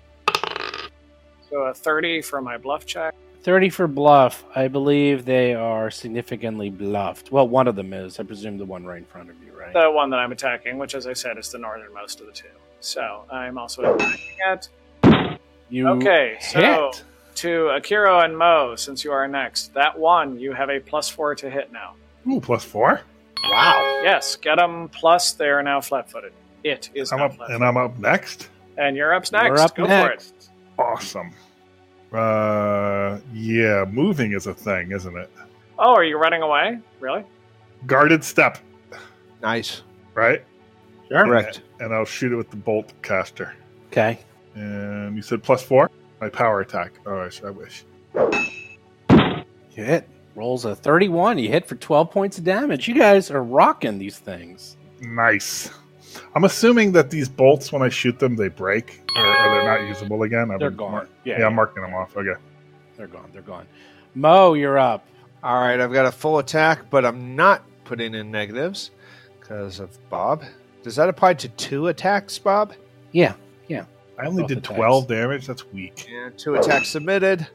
E: So a 30 for my bluff check.
A: 30 for bluff. I believe they are significantly bluffed. Well, one of them is. I presume the one right in front of you, right?
E: The one that I'm attacking, which, as I said, is the northernmost of the two. So I'm also attacking it.
A: you
E: Okay, so
A: hit.
E: to Akira and Mo, since you are next, that one, you have a plus four to hit now.
B: Ooh, plus four.
D: Wow.
E: Yes, get them, plus they are now flat footed. It is
B: I'm
E: now
B: up,
E: flat
B: and I'm up next.
E: And you're up's next.
A: You're up
E: Go
A: next.
E: for it.
B: Awesome. Uh, yeah, moving is a thing, isn't it?
E: Oh, are you running away? Really?
B: Guarded step,
D: Nice.
B: right?
D: Correct.
B: And I'll shoot it with the bolt caster.
A: Okay.
B: And you said plus four. My power attack. Oh, I, I wish.
A: You hit. Rolls a 31. You hit for 12 points of damage. You guys are rocking these things.
B: Nice. I'm assuming that these bolts, when I shoot them, they break or, or they're not usable again. I've
A: They're
B: been
A: gone.
B: mark-
A: Yeah,
B: yeah, I'm marking them off. Okay.
A: They're gone. They're gone. Mo, you're up.
D: All right, I've got a full attack, but I'm not putting in negatives because of Bob. Does that apply to two attacks, Bob?
B: I only
A: Both
B: did
A: attacks.
B: 12 damage. That's weak.
D: Yeah, two attacks submitted.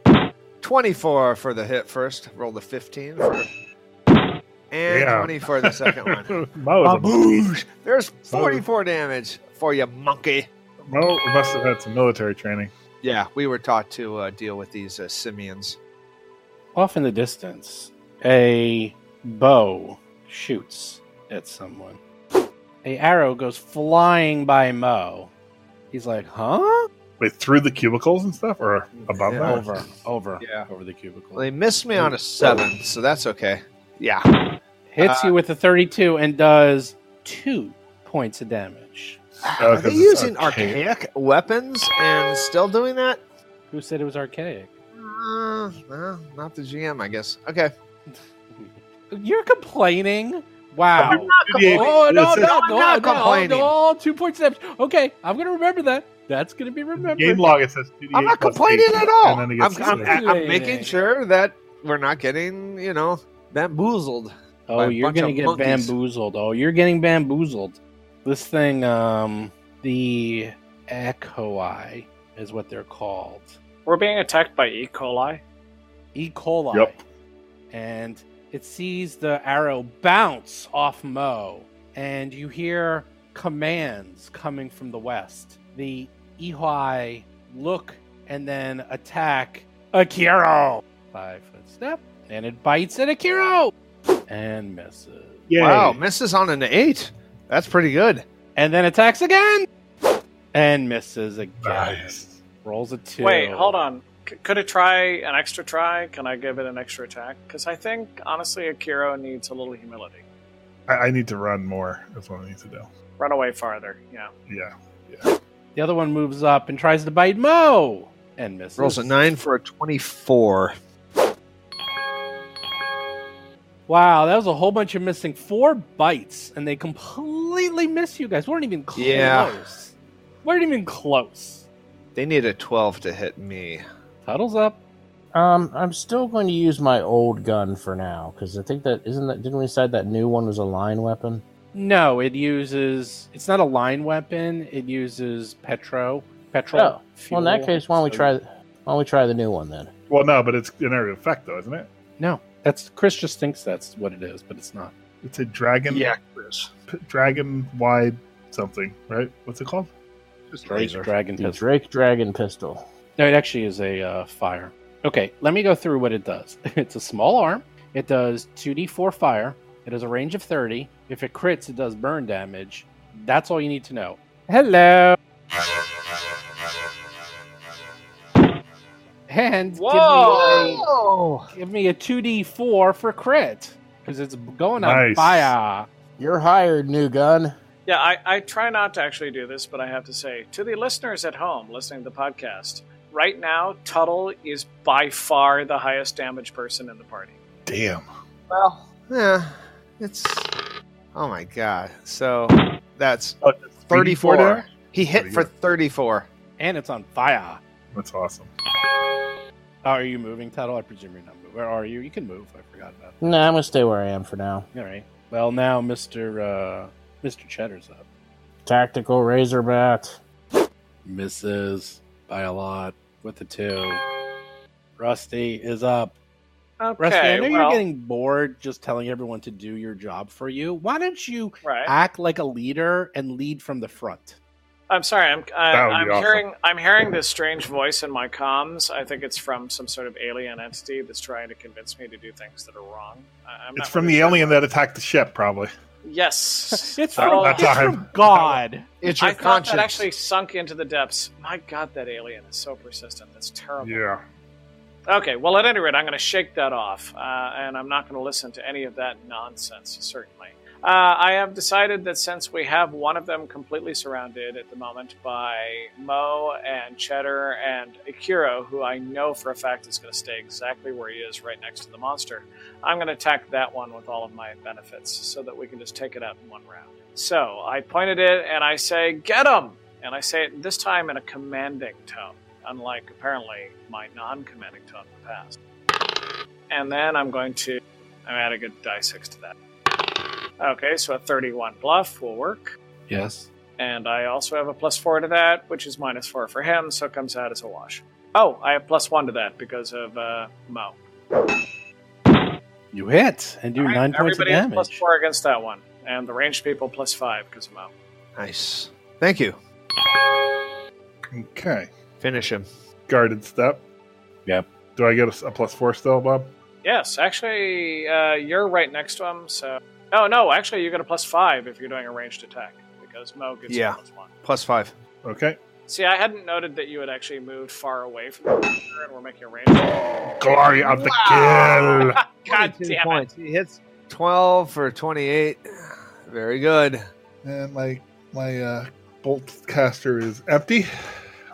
D: 24 for the hit first. Roll the 15 for. And
B: Yeah.
D: 20 for the second one.
B: Mo, is a-
D: Baboosh!
E: Oh.
D: There's 44 damage for you, monkey.
B: Mo must have had some military training.
D: Yeah, we were taught to uh, deal with these uh, simians.
A: Off in the distance, a bow shoots at someone. A arrow goes flying by Mo. He's like, huh?
B: Wait, through the cubicles and stuff, or above
D: Yeah.
B: that?
A: Over, over,
D: Yeah.
A: over the
D: Well,
A: cubicle.
D: they missed me on a seven, so that's okay. Yeah.
B: Oh,
A: Hits
D: uh,
A: you with a 32 and does two points of damage.
B: Oh,
D: Are
B: 'cause
D: they
B: it's
D: using
B: arcane.
D: archaic. weapons and still doing that?
A: Who said it was archaic?
D: Uh, well, not the GM, I guess. Okay.
A: You're complaining? Wow.
B: Yeah,
A: Oh no, no,
B: it's- it's-
A: no,
D: I'm
A: no,
D: not
A: no,
D: complaining.
A: no, two point steps. Okay, I'm gonna remember that. That's gonna be
B: Game
A: remembered.
B: log, it says 2d8
D: I'm not
B: plus
D: complaining
B: eight,
D: at all.
B: and then it
D: I'm,
B: gets
D: I'm,
B: six.
D: I'm making sure that we're not getting, you know, bamboozled.
A: Oh,
H: by a
A: you're
H: bunch
A: gonna
H: of
A: get
H: monkeys.
A: bamboozled. Oh, you're getting bamboozled. This thing, um, the echoi is what they're called.
E: We're being attacked by E. coli.
A: E. coli.
B: Yep.
A: And it sees the arrow bounce off Mo, and you hear commands coming from the west. The Ehoi look and then attack Akiro. Five foot step, and it bites at Akiro and misses.
B: Yay.
D: Wow, misses on an eight. That's pretty good.
A: And then attacks again and misses again.
B: Nice.
A: Rolls a two.
E: Wait, hold on. C- could it try an extra try? Can I give it an extra attack? Because I think, honestly, Akiro needs a little humility.
B: I, I need to run more. That's what I need to do.
E: Run away farther. Yeah.
B: Yeah.
A: The other one moves up and tries to bite Mo and misses.
D: Rolls a nine for a 24.
A: Wow, that was a whole bunch of missing. Four bites, and they completely missed you guys. weren't even close.
D: Yeah.
A: weren't even close.
D: They need a 12 to hit me.
A: Tuttle's up.
F: Um, I'm still going to use my old gun for now because I think that isn't that didn't we decide that new one was a line weapon?
A: No, it uses. It's not a line weapon. It uses petro. Petrol.
F: Oh, Well, in that
A: fuel.
F: case, why don't we
A: So-
F: try why don't we try the new one then?
B: Well, no, but it's an effect, though, isn't it?
A: No, that's Chris just thinks that's what it is, but it's not.
B: It's a dragon.
D: Chris.
B: p- dragon wide something, right? What's it called?
A: Drake Dragon
F: The
A: Pistol.
F: Drake Dragon Pistol.
A: No, it actually is a uh, fire. Okay, let me go through what it does. it's a small arm. It does 2d4 fire. It has a range of 30. If it crits, it does burn damage. That's all you need to know. Hello. And give me, a,
D: Oh!
A: give me a 2d4 for crit because it's going on
B: Nice.
A: fire.
F: You're hired, new gun.
E: Yeah, I, I try not to actually do this, but I have to say to the listeners at home listening to the podcast, right now, Tuttle is by far the highest damage person in the party.
B: Damn.
D: Well, yeah. It's. Oh my god. So that's
B: Oh,
D: 34.
B: there?
D: He hit for 34.
A: And it's on fire.
B: That's awesome.
A: Are you moving, Tuttle? I presume you're not moving. Where are you? You can move. I forgot about
F: No, I'm gonna stay where I am for now.
A: All right. Well, now Mr. Uh, Mr. Cheddar's up.
F: Tactical razor bat.
A: Misses by a lot with the two. Rusty is up.
E: Okay,
A: Rusty, I know
E: well,
A: you're getting bored just telling everyone to do your job for you. Why don't you
E: right.
A: act like a leader and lead from the front?
E: I'm sorry. I'm I,
B: That would be
E: I'm
B: awesome.
E: hearing I'm hearing this strange voice in my comms. I think it's from some sort of alien entity that's trying to convince me to do things that are wrong. I, I'm
B: It's
E: not
B: from
E: really
B: the
E: sure.
B: alien that attacked the ship, probably.
E: Yes,
A: It's
E: They're
A: from,
E: all-
B: That's
A: it's
B: time.
A: from God.
D: It's your
E: I thought
D: conscience.
E: that actually sunk into the depths. My God, that alien is so persistent. That's terrible.
B: Yeah.
E: Okay, well, at any rate, I'm going to shake that off, uh, and I'm not going to listen to any of that nonsense, certainly. Uh, I have decided that since we have one of them completely surrounded at the moment by Mo and Cheddar and Akiro, who I know for a fact is going to stay exactly where he is, right next to the monster, I'm going to attack that one with all of my benefits so that we can just take it out in one round. So I point at it and I say, Get him! And I say it this time in a commanding tone unlike apparently my non-commanding tone in the past. And then I'm going to I'm add a good die six to that. Okay, so a 31 bluff will work.
A: Yes.
E: And I also have a plus four to that, which is minus four for him, so it comes out as a wash. Oh, I have plus one to that because of uh, Mo.
A: You hit and do
E: All right,
A: nine points of
E: everybody has
A: damage.
E: Plus four against that one, and the ranged people plus five because of Mo.
D: Nice. Thank you.
B: Okay.
D: Finish him.
B: Guarded step.
A: Yep.
B: Do I get a s- a, plus four still, Bob?
E: Yes, actually, uh, you're right next to him, so. Oh, no, actually, you get a plus five if you're doing a ranged attack because Mo gets
D: Yeah.
E: a plus one.
D: Plus five.
B: Okay.
E: See, I hadn't noted that you had actually moved far away from the monster and we're making a range.
B: Glory of the kill.
E: God
D: 22
E: damn it.
D: points. He hits 12 for 28. Very good.
B: And my my uh, bolt caster is empty.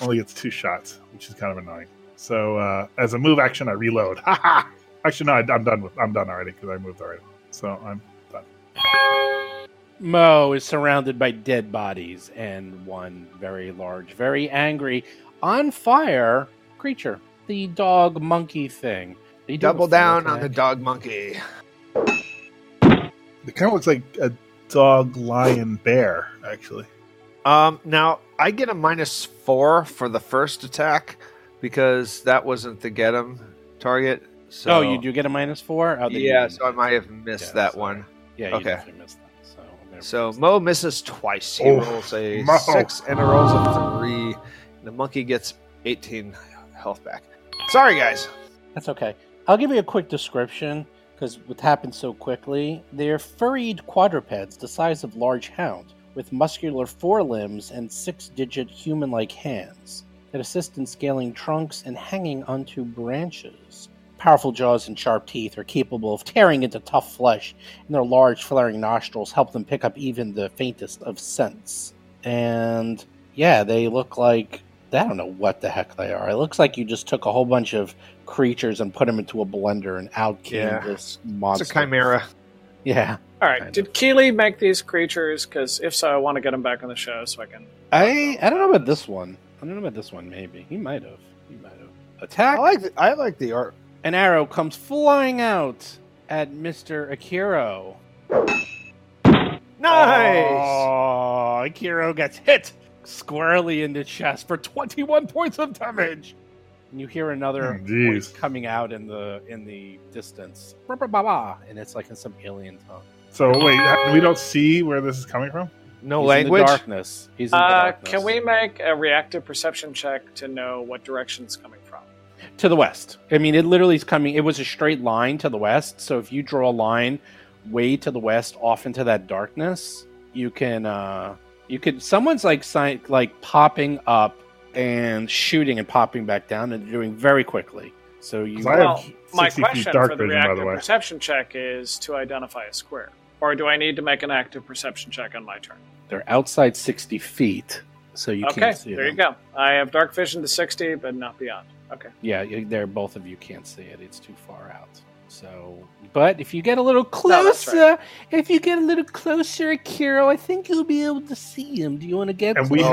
B: Only gets two shots, which is kind of annoying. So uh, as a move action, I reload. Ha ha! Actually, no, I, I'm done with I'm done already because I moved already. So I'm
A: Mo is surrounded by dead bodies and one very large, very angry, on fire creature. The dog monkey thing. They do a
D: Double
A: fire
D: down on the
A: attack.
D: dog monkey.
B: It kind of looks like a dog, lion, bear, actually.
D: Um, now I get a minus four for the first attack because that wasn't the get 'em target. So
A: oh, you do get a minus four. Oh, then you
D: Yeah,
A: didn't.
D: so I might have missed
A: Yeah,
D: that
A: sorry.
D: one.
A: Yeah, you
D: okay.
A: definitely missed that. So, I'm gonna
D: So
A: replace
D: Mo misses twice. He
B: Oh,
D: rolls a
B: Mo.
D: six and he rolls a three. The monkey gets eighteen health back. Sorry, guys.
A: That's okay. I'll give you a quick description because what happened so quickly. They're furried quadrupeds the size of large hound, with muscular forelimbs and six digit human like hands that assist in scaling trunks and hanging onto branches. Powerful jaws and sharp teeth are capable of tearing into tough flesh, and their large flaring nostrils help them pick up even the faintest of scents. And yeah, they look like I don't know what the heck they are. It looks like you just took a whole bunch of creatures and put them into a blender and out came
D: Yeah.
A: this
D: It's
A: monster.
D: a chimera.
A: Yeah.
E: All
A: Kind
E: right. Did Keeley make these creatures? Because if so, I want to get them back on the show so I can.
A: I I don't know about this one. I don't know about this one. Maybe he might have. He might have. Attack!
D: I like the, I like the art.
A: An arrow comes flying out at Mister Akiro.
D: Nice.
A: Oh, Akiro gets hit squarely in the chest for 21 points of damage. And you hear another
B: Oh,
A: voice
B: jeez.
A: coming out in the in the distance. Ba, ba, ba, ba. And it's like in some alien tongue.
B: So wait, we don't see where this is coming from.
D: No
A: He's
D: language.
A: In the darkness. He's in the
E: Uh,
A: darkness.
E: can we make a reactive perception check to know what direction it's coming from?
A: to the west? I mean, it literally is coming. It was a straight line to the west. So if you draw a line way to the west, off into that darkness, you can uh you could someone's like sign like popping up and shooting and popping back down and doing very quickly. So you
B: I
E: Well,
B: have
E: My
B: 60 feet
E: question
B: dark
E: for the
B: vision, by the
E: reactive
B: way.
E: perception check is to identify a square, or do I need to make an active perception check on my turn?
A: they're outside sixty feet, so you
E: okay,
A: can't see
E: there you
A: them.
E: go. I have dark vision to sixty, but not beyond. Okay.
A: Yeah, you- they're both of you can't see it. It's too far out. So, but if you get a little
E: No, that's
A: closer,
E: right.
A: if you get a little closer, Kiro, I think you'll be able to see him. Do you want to get?
B: And we
D: Oh,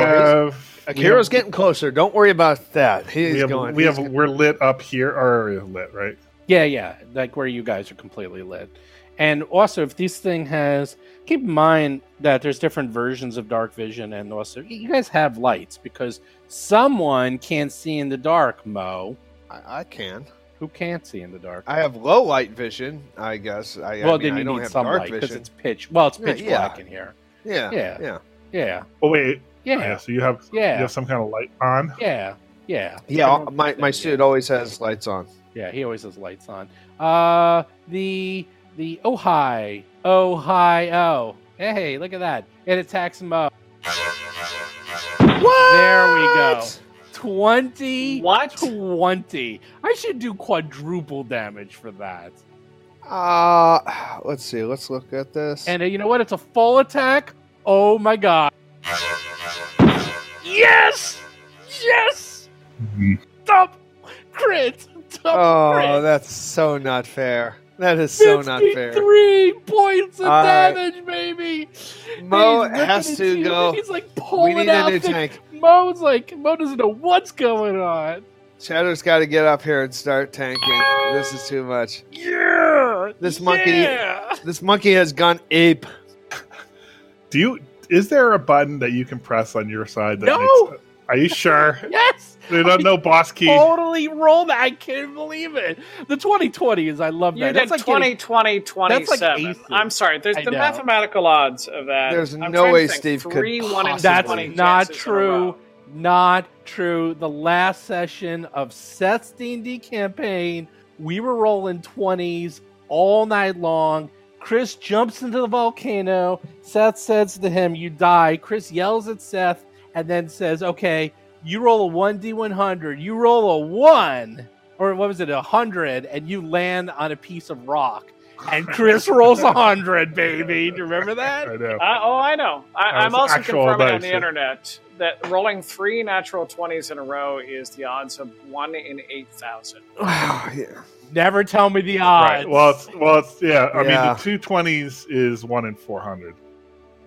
B: have we
D: Akira's
B: have-
D: getting closer. Don't worry about that. He's
B: we have,
D: going.
B: we
D: he's
B: have
D: going.
B: we're lit up here. Our area is lit, right?
A: Yeah, yeah, like where you guys are completely lit. And also, if this thing has, keep in mind that there's different versions of dark vision, and also you guys have lights because someone can't see in the dark. Mo,
D: I, I can.
A: who can't see in the dark?
D: I have low light vision. I guess. I, I
A: well,
D: mean,
A: then
D: I
A: you
D: don't
A: need
D: have
A: some
D: dark
A: light because
D: vision.
A: it's pitch. Well, it's
D: Yeah,
A: pitch
D: yeah.
A: black in here.
D: yeah.
A: yeah.
D: Yeah.
A: Yeah,
B: Oh wait,
A: yeah.
B: yeah. So you have
A: Yeah.
B: you have some kind of light on.
A: Yeah, yeah,
D: Yeah, my, my suit always has lights on.
A: yeah. He always has lights on. Uh, the the Ohi Ohio. Hey, look at that! It attacks Mo. There we go. Twenty.
E: What?
A: Twenty. I should do quadruple damage for that.
D: Uh, let's see. Let's look at this.
A: And uh, you know what? It's a full attack. Oh my god! Yes, yes.
B: Mhm.
A: Top crit. Top crit.
D: oh, that's so not fair. That is Oh, so not fair.
A: Three points of
D: All right.
A: damage, baby.
D: Mo
A: He's looking
D: has
A: at
D: to
A: you,
D: go.
A: and He's like
D: We
A: pulling
D: need a
A: out.
D: new
A: the-
D: tank.
A: Mo's like Mo doesn't know what's going on.
D: Shadow's got to get up here and start tanking. This is too much.
A: Yeah.
D: This monkey-
A: Yeah.
D: This monkey has gone ape.
B: Do you? Is there a button that you can press on your side? That
A: No!
B: Makes, are you sure?
A: Yes.
B: They don't know boss key.
A: Totally rolled. I can't believe it. The 2020 is. I love
E: You
A: that.
E: did
A: That's like
E: twenty,
A: getting-
E: twenty, twenty-seven.
A: that's like
E: 20, 27.
A: aces.
E: I'm sorry. There's
A: I
E: the
A: know.
E: mathematical odds of that.
D: There's
E: I'm
D: no
E: trying to
D: way
E: think.
D: Steve could
E: Three one in
D: possibly-
E: 20
A: That's not
E: chances in a row.
A: true. Not true. The last session of Seth's D&D campaign, we were rolling 20s all night long. Chris jumps into the volcano. Seth says to him, "You die." Chris yells at Seth and then says, "Okay, you roll a 1d100. You roll a 1 or what was it? A 100 and you land on a piece of rock." And Chris rolls a 100, baby. Do you remember that?
B: I know.
E: Uh, oh, I know. I,
B: That
E: I'm
B: was
E: also
B: actual
E: confirming on
B: advice,
E: the
B: yeah.
E: internet that rolling three natural 20s in a row is the odds of one in 8,000.
D: Wow, yeah.
A: Never tell me the odds.
B: Right. Well, it's, well, it's, yeah. I mean,
D: Yeah.
B: the two twenties is one in four hundred.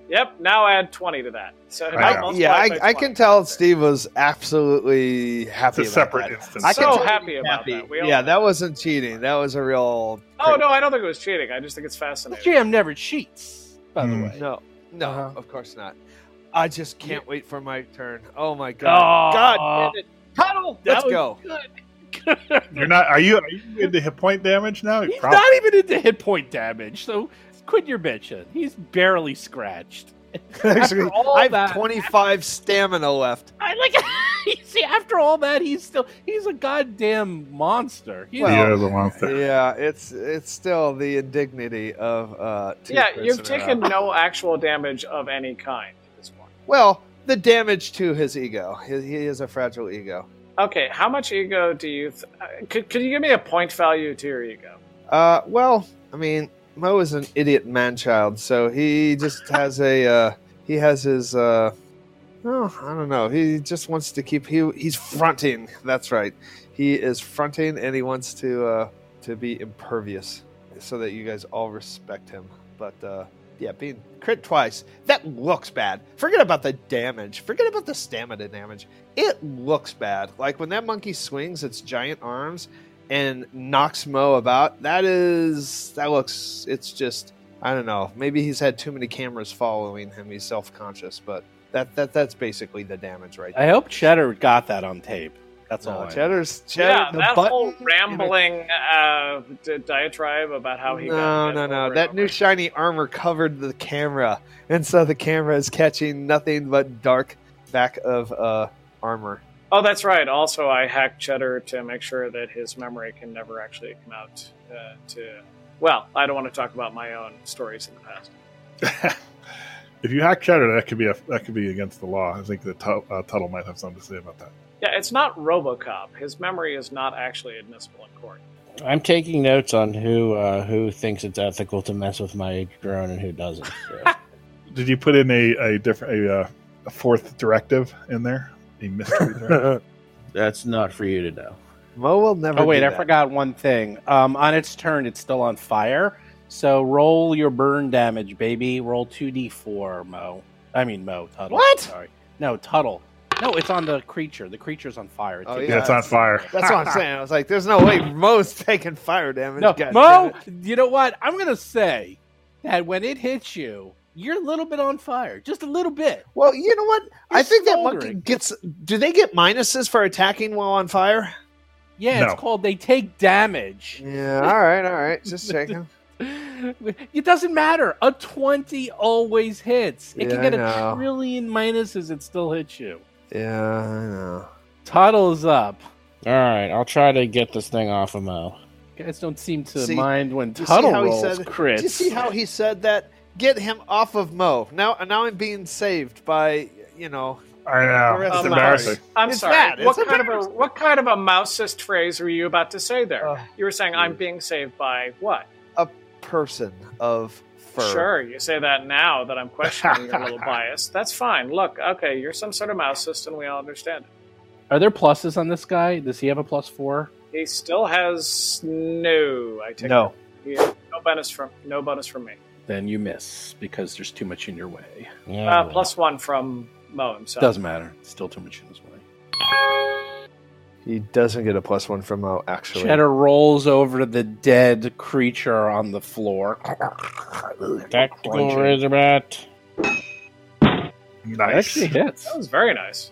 E: Yep, now add 20 to that. So
B: I know.
E: multiply
D: yeah,
E: it by
D: I,
E: 20.
D: I can tell Steve was absolutely
B: It's
D: happy.
B: a
D: about
B: separate
D: that.
B: instance.
D: I
E: So
D: can tell
E: happy
D: he's
E: about that. We all
D: yeah,
E: know.
D: that wasn't cheating. That was a real.
E: Oh, Oh no, I don't think it was cheating. I just think it's fascinating.
A: GM never cheats, by
B: Hmm.
A: the way.
D: No, no,
A: Uh-huh.
D: of course not. I just can't wait for my turn. Oh my
E: Oh,
D: god! God damn it!
E: Tuttle, that
D: Let's
E: was
D: go.
E: good.
B: You're not. Are you? Are you into hit point damage now? You
A: He's
B: probably-
A: not even into hit point damage, so quit your bitching. He's barely scratched.
D: Actually,
A: all
D: I have
A: that-
D: 25 stamina left.
A: I like. you see, after all that, he's still he's a goddamn monster. He-
D: Well-
B: He is a monster.
D: Yeah, it's it's still the indignity of uh. two
E: yeah,
D: prisoner
E: you've taken
D: out.
E: no actual damage of any kind at this point.
D: well the damage to his ego. He, he is a fragile ego.
E: Okay, how much ego do you? Th- uh, could could you give me a point value to your ego?
D: Uh, well, I mean, Mo is an idiot man child, so he just has a uh, he has his uh, oh, I don't know. He just wants to keep he he's fronting. That's right. He is fronting, and he wants to uh, to be impervious so that you guys all respect him. But uh, yeah, being crit twice that looks bad. Forget about the damage. Forget about the stamina damage. It looks bad. Like when that monkey swings its giant arms and knocks Mo about. That is that looks it's just I don't know. Maybe he's had too many cameras following him. He's self conscious, but that that that's basically the damage right
A: I
D: there.
A: hope Cheddar got that on tape. That's all.
D: No,
A: I
D: Cheddar's
E: yeah,
D: Cheddar, the
E: that
D: button,
E: whole
D: you know-
E: rambling uh, di- diatribe about how he
D: no,
E: got
D: no,
E: hit over
D: no.
E: and
D: That
E: over.
D: new shiny armor covered the camera, and so the camera is catching nothing but dark back of uh, armor.
E: Oh, that's right. Also, I hacked Cheddar to make sure that his memory can never actually come out. Uh, to well, I don't want to talk about my own stories in the past.
B: if you hack Cheddar, that could be a, that could be against the law. I think that Tu- uh, Tuttle might have something to say about that.
E: Yeah, it's not RoboCop. His memory is not actually admissible in court.
F: I'm taking notes on who uh, who thinks it's ethical to mess with my drone and who doesn't. So.
B: Did you put in a a different a, uh, a fourth directive in there? A mystery directive.
F: That's not for you to know.
D: Mo will never.
A: Oh wait,
D: do
A: I
D: that.
A: forgot one thing. Um, on its turn, it's still on fire. So roll your burn damage, baby. Roll two d four, Mo. I mean Mo Tuttle.
D: What?
A: Sorry, no Tuttle. No, it's on the creature. The creature's on fire. It's
D: Oh,
A: a-
B: Yeah, it's on fire.
D: That's what I'm saying. I was like, "There's no way Mo's taking fire damage."
A: No,
D: God damn
A: Mo.
D: it.
A: You know what? I'm gonna say that when it hits you, you're a little bit on fire, just a little bit.
D: Well, you know what? I
A: It's
D: think that monkey
A: smoldering.
D: gets. Do they get minuses for attacking while on fire?
A: Yeah,
B: No.
A: it's called they take damage.
D: Yeah. All right. All right. Just checking.
A: It doesn't matter. A 20 always hits. It
D: Yeah,
A: can get
D: I know.
A: a trillion minuses, it still hits you.
D: yeah, I know.
A: Toddle's up.
F: All right, I'll try to get this thing off of Mo.
A: Guys don't seem to
D: See-
A: mind when
D: you see
A: Tuttle
D: how he
A: rolls
D: said-
A: crits.
D: Do you see how he said that? Get him off of Mo. Now, now I'm being saved by you know.
B: I
D: The
B: know.
D: rest
B: It's
E: of the
B: embarrassing.
E: Um, I'm
D: It's
E: sorry.
D: that. It's
E: What kind of a
D: embarrassing. Uh,
E: what kind of a mousist phrase were you about to say there?
D: Ugh.
E: you were saying I'm being saved by what?
D: Person of fur.
E: Sure, you say that now that I'm questioning your little bias. That's fine. Look, okay, you're some sort of mousist, and we all understand it.
A: Are there pluses on this guy? Does he have a plus four?
E: He still has no. I take
D: No.
E: He has no bonus from no bonus from me.
A: Then you miss because there's too much in your way.
F: Yeah,
E: Uh, plus one from Mo himself.
A: Doesn't matter. Still too much in his way.
D: He doesn't get a plus one from Mo. Actually.
A: Cheddar rolls over to the dead creature on the floor.
F: tactical razorbat.
B: Nice.
A: Actually hits.
E: That was very nice.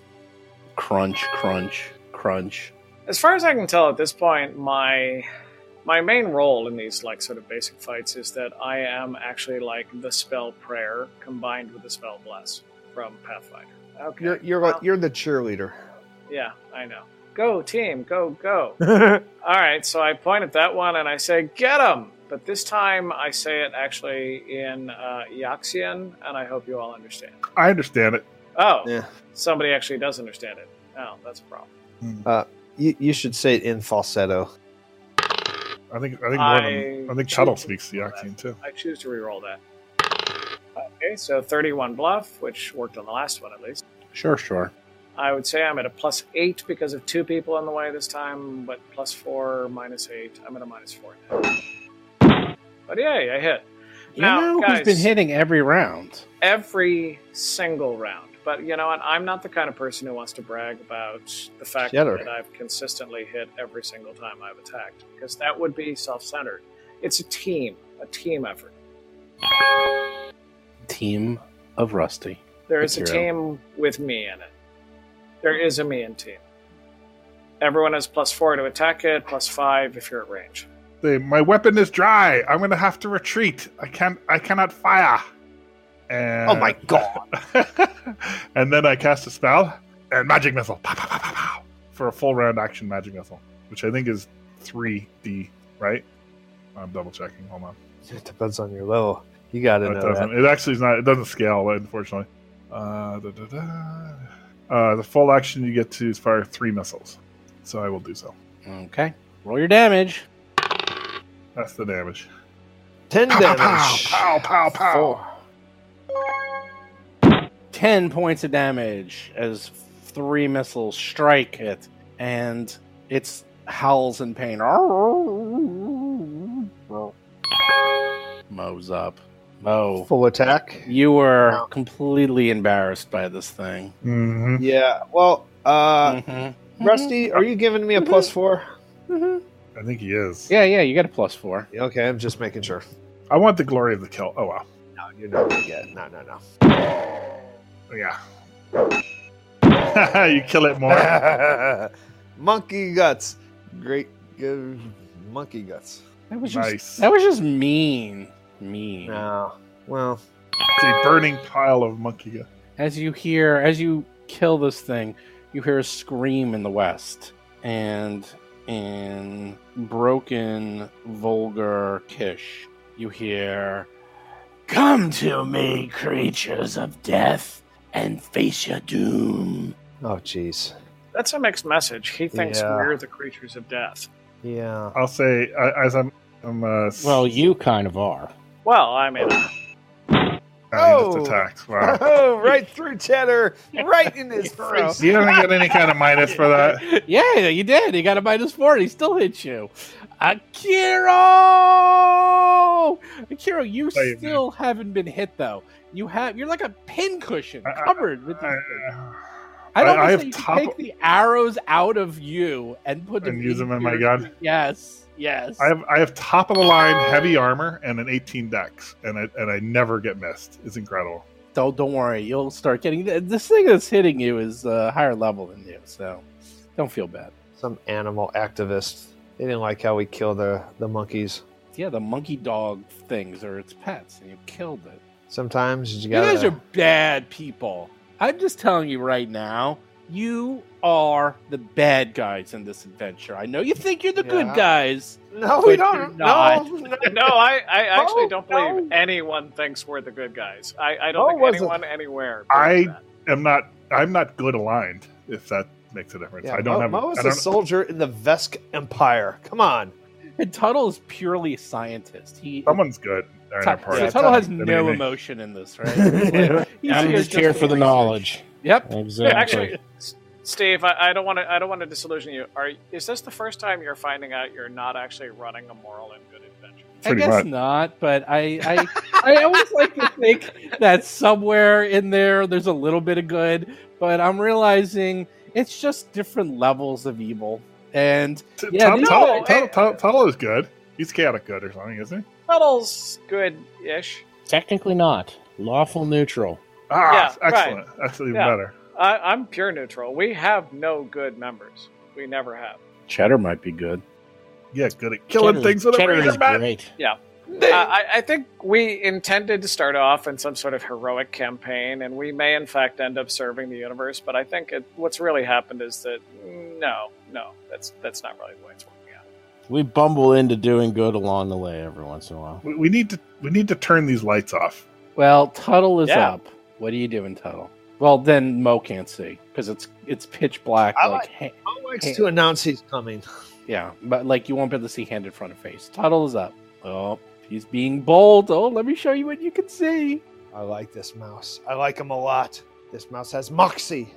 A: Crunch, crunch, crunch.
E: as far as I can tell at this point, my my main role in these like sort of basic fights is that I am actually like the spell prayer combined with the spell bless from Pathfinder. Okay.
D: You're you're
E: Well,
D: like, you're the cheerleader.
E: yeah, I know. Go team, go go. All right, so I point at that one and I say, "Get him!" But this time I say it actually in uh, Yaxian, and I hope you all understand.
B: I understand it.
E: Oh,
D: yeah.
E: somebody actually does understand it. Oh, that's a problem.
D: You, you should say it in falsetto.
B: I think. I think. More than,
E: I-
B: I think Tuttle speaks the octane too.
E: I choose to re-roll that. Okay, so 31 bluff, which worked on the last one at least.
A: Sure, sure.
E: I would say I'm at a plus eight because of two people in the way this time, but plus four, minus eight. I'm at a minus four now. But yay, I hit
A: You
E: Now,
A: know
E: guys-
A: who's been hitting every round?
E: every single round. But you know what? I'm not the kind of person who wants to brag about the fact
D: Shatter.
E: that I've consistently hit every single time I've attacked because that would be self centered. It's a team, a team effort.
A: Team of Rusty.
E: There is a
A: With your
E: team with me in it. There is a me in team. Everyone has plus four to attack it, plus five if you're at range.
B: Say, my weapon is dry. I'm gonna have to retreat. I can't. I cannot fire. And
D: Oh my god!
B: and then I cast a spell and magic missile pow, pow, pow, pow, pow, for a full round action magic missile, which I think is three D. Right? I'm double checking. Hold on.
D: It depends on your level. You gotta
B: No, it
D: know
B: doesn't.
D: that.
B: It actually is not. It doesn't scale, unfortunately. Uh, da, da, da. Uh, the full action you get to fire three missiles. So I will do so.
A: Okay. Roll your damage.
B: That's the damage.
D: Ten
B: Pow, pow, pow,
D: damage.
B: pow, pow, pow.
D: Four.
A: 10 points of damage as three missiles strike it, and it howls in pain. Mo's up. Mo,
D: Full attack.
A: you were completely embarrassed by this thing.
D: Mm-hmm.
B: Mhm.
D: Yeah. Well, uh,
A: Mhm.
D: Rusty, are you giving me a plus four?
B: I think he is.
A: Yeah, yeah, you got a plus four.
D: Okay, I'm just making sure.
B: I want the glory of the kill. Oh wow.
D: No, you're not gonna get. it. No, no, no.
B: Yeah. you kill it more.
D: monkey guts. Great good monkey guts.
A: That was just,
B: nice.
A: that was just mean. Mean.
D: No. Well,
B: It's a burning pile of monkey.
A: As you hear, as you kill this thing, you hear a scream in the west, and in broken, vulgar Kish, you hear, "Come to me, creatures of death, and face your doom."
D: oh jeez.
E: That's a mixed message. He thinks
D: Yeah.
E: we're the creatures of death.
D: Yeah.
B: I'll say I, as I'm. I'm uh, s-
G: Well, you kind of are.
E: Well, I mean,
B: oh, he
D: Oh.
B: just attacked. Wow.
D: Oh, right through Cheddar, right in his throat.
B: you don't get any kind of minus for that.
A: yeah, you did. He got a minus four. And he still hit you. Akiro, Akiro, you
B: Wait a minute.
A: still haven't been hit though. You have. You're like a pincushion
B: I- I-
A: covered with. these
B: I,
A: things.
B: Uh,
A: I don't
B: I- I
A: I,
B: have
A: say you should
B: top-
A: take the arrows out of you and put them
B: And use them in my
A: your-
B: gun?
A: Yes, yes.
B: I have I have top of the line heavy armor and an 18 dex, and I and I never get missed. It's incredible.
A: Don't don't worry. You'll start getting this thing that's hitting you is uh, higher level than you, so don't feel bad.
D: Some animal activist. They didn't like how we killed the the monkeys.
A: Yeah, the monkey dog things are its pets, and you killed it.
D: Sometimes you
A: You
D: gotta.
A: guys are bad people. I'm just telling you right now. You are the bad guys in this adventure. I know you think you're the
D: Yeah.
A: good guys.
D: no,
A: but
D: we don't.
A: you're not.
D: No, no.
E: no, I, I actually
D: Oh,
E: don't believe
D: no.
E: anyone thinks we're the good guys. I, I
D: Oh,
E: don't
D: was
E: think
D: it?
E: anyone anywhere.
B: I
E: believes that.
B: am not. I'm not good aligned. If that makes a difference,
D: Yeah,
B: I don't
D: Mo,
B: have.
D: Mo is
B: I
D: a
B: don't,
D: soldier in the Vesk Empire. Come on.
A: And Tuttle is purely a scientist. He
B: someone's good. They're in our
A: Tu-
B: party.
A: so
D: Yeah,
A: Tuttle has
B: Tuttle.
A: no
B: Anyway.
A: emotion in this, right? He's like- he's
G: I'm just here for the
A: research.
G: knowledge.
A: Yep.
G: Exactly.
E: Actually, S- Steve, I, I don't want to. I don't want to disillusion you. Are is this the first time you're finding out you're not actually running a moral and good adventure?
A: I
B: Pretty
A: guess
B: much.
A: not, but I, I I always like to think that somewhere in there there's a little bit of good, but I'm realizing it's just different levels of evil. And
B: T-
A: Yeah,
B: Tuttle-
A: these-
B: Tuttle-
E: No,
B: Tuttle-
E: it-
B: Tuttle- Tuttle is good. He's chaotic good or something, isn't he?
E: Tuttle's good-ish.
G: Technically not. Lawful neutral.
B: Ah,
E: Yeah,
B: excellent. That's even
E: Yeah.
B: better.
E: I, I'm pure neutral. We have no good members. We never have.
A: Cheddar might be good.
B: Yeah, good at killing
G: Cheddar-
B: things with a
G: Cheddar is
B: razor bat.
G: great.
E: Uh, I, I think we intended to start off in some sort of heroic campaign, and we may in fact end up serving the universe. But I think it, what's really happened is that no, no, that's that's not really the way it's working out.
G: We bumble into doing good along the way every once in a while.
B: We, we need to we need to turn these lights off.
A: Well, Tuttle is
E: Yeah.
A: up. What are you doing, Tuttle? Well, then Mo can't see because it's it's pitch black.
D: I
A: like, ha-
D: Mo likes to announce he's coming.
A: Yeah, but like you won't be able to see hand in front of face. Tuttle is up. Oh, he's being bold. Oh, let me show you what you can see.
D: I like this mouse. I like him a lot. This mouse has moxie.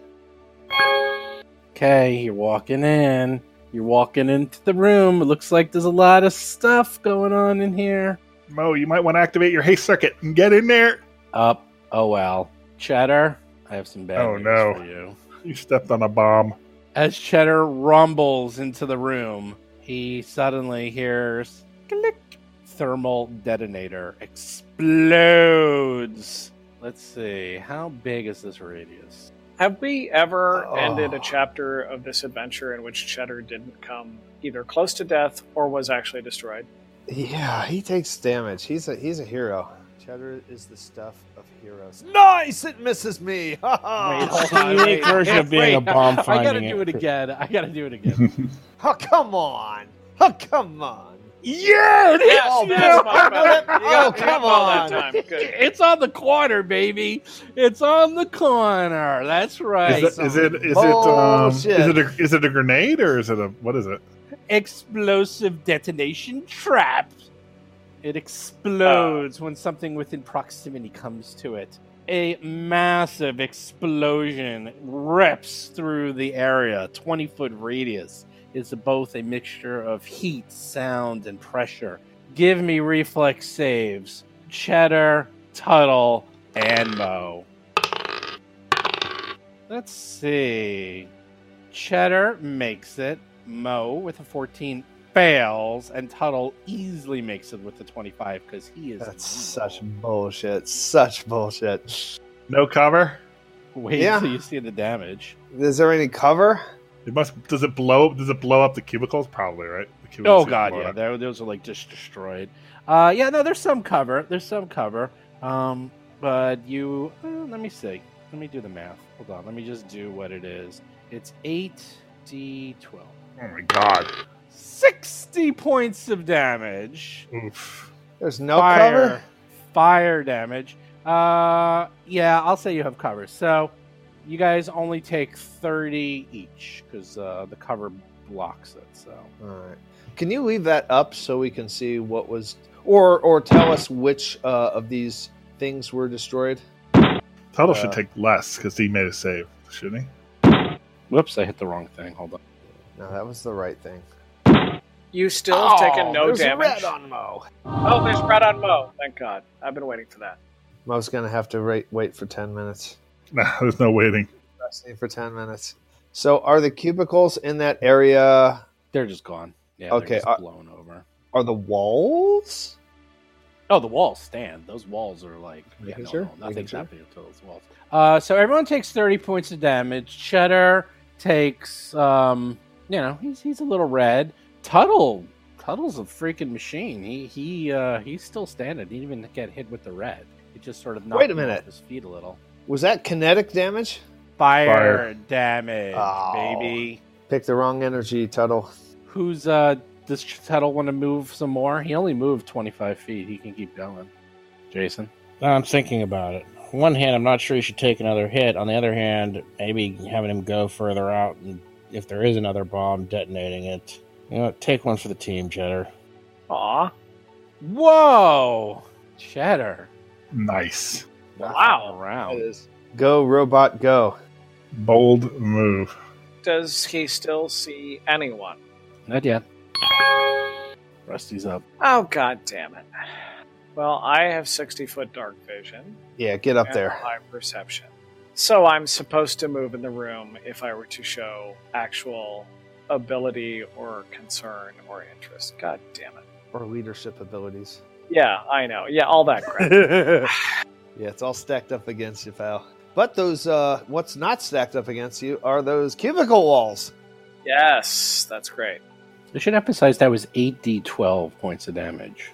A: Okay, you're walking in. You're walking into the room. It looks like there's a lot of stuff going on in here.
B: Mo, you might want to activate your haste circuit and get in there.
A: Up. Oh well. Cheddar, I have some bad
B: Oh,
A: news
B: no.
A: for you.
B: You stepped on a bomb.
A: As Cheddar rumbles into the room, he suddenly hears click thermal detonator explodes. Let's see. How big is this radius?
E: Have we ever
D: Oh.
E: ended a chapter of this adventure in which Cheddar didn't come either close to death or was actually destroyed?
D: Yeah, he takes damage. He's a he's a hero. Cheddar is the stuff of heroes. Nice! It misses me. Ha ha!
F: Oh, It's the unique version of being a
G: I
F: bomb
G: gotta
F: finding
G: do it
F: expert.
G: again. I gotta do it again.
D: Oh, come on! Oh, come on!
A: Yeah, it
E: Yes,
D: Oh,
E: yes,
D: no.
E: my bad.
D: Oh,
E: You got
D: come
E: it all that
D: on.
E: time. Good.
A: It's on the corner, baby. It's on the corner. That's right.
B: Is, that, is it is it um, is
D: Bullshit.
B: it a, is it a grenade or is it a what is it?
A: Explosive detonation trap. It explodes when something within proximity comes to it. A massive explosion rips through the area, 20 foot radius. It's both a mixture of heat, sound, and pressure. Give me reflex saves. Cheddar, Tuttle, and Mo. Let's see. Cheddar makes it. Mo with a 14 fails, and Tuttle easily makes it with a 25 because he is.
D: That's such bullshit. Such bullshit.
B: No cover.
A: Wait
D: yeah.
A: till you see the damage.
D: Is there any cover?
B: It must. Does it blow? Does it blow up the cubicles? Probably right. The cubicles
A: Oh god,
B: blow
A: yeah,
B: up.
A: tho- those are like just destroyed. Uh, yeah, no, there's some cover. There's some cover. Um, but you, uh, let me see. Let me do the math. Hold on. Let me just do what it is. It's eight d twelve.
B: Oh my god.
A: 60 points of damage.
B: Oof.
D: There's no cover.
A: Fire damage. Uh, yeah, I'll say you have cover. So you guys only take 30 each because uh, the cover blocks it. So
D: All right. Can you leave that up so we can see what was, or or tell us which uh, of these things were destroyed?
B: Tuttle
D: Uh,
B: should take less because he made a save, shouldn't he?
A: whoops, I hit the wrong thing. Hold on.
D: No, that was the right thing.
E: You still have taken no
D: Oh, there's
E: damage.
D: Red on Mo.
E: oh, there's red on Mo. Thank God. I've been waiting for that.
D: Mo's gonna have to wait wait for ten minutes.
B: Nah, there's no waiting.
D: Resting for ten minutes. So are the cubicles in that area?
A: They're just gone. Yeah,
D: Okay,
A: they're just
D: uh,
A: blown over.
D: Are the walls?
A: Oh, the walls stand. Those walls are like yeah,
D: Making
A: no,
D: sure,
A: no,
D: making
A: nothing's
D: sure.
A: happening to those walls. Uh, so everyone takes thirty points of damage. Cheddar takes, um, you know, he's he's a little red. Tuttle, Tuttle's a freaking machine. He he uh, he's still standing. He didn't even get hit with the red. It just sort of knocked
D: Wait a
A: him off
D: minute.
A: his feet a little.
D: Was that kinetic damage?
A: Fire,
B: Fire.
A: damage,
D: Oh.
A: baby.
D: Pick the wrong energy, Tuttle.
A: Who's uh? Does Tuttle want to move some more? He only moved twenty five feet. He can keep going. Jason.
F: I'm thinking about it. On one hand, I'm not sure he should take another hit. On the other hand, maybe having him go further out, and if there is another bomb, detonating it. You know, what, take one for the team, Cheddar.
E: Aw.
A: Whoa! Cheddar.
B: Nice,
E: Wow.
D: It
A: Around.
D: is. Go robot, go.
B: bold move.
E: Does he still see anyone?
A: Not yet. Rusty's up.
E: Oh, God damn it. Well, I have 60 foot dark vision.
D: Yeah, get up
E: and
D: there.
E: High perception. So I'm supposed to move in the room if I were to show actual ability or concern or interest. God damn it.
D: Or leadership abilities.
E: Yeah, I know. Yeah, all that crap.
D: yeah, it's all stacked up against you, pal. But those, uh, what's not stacked up against you are those cubicle walls.
E: yes, that's great.
A: I should emphasize that was 8d12 points of damage.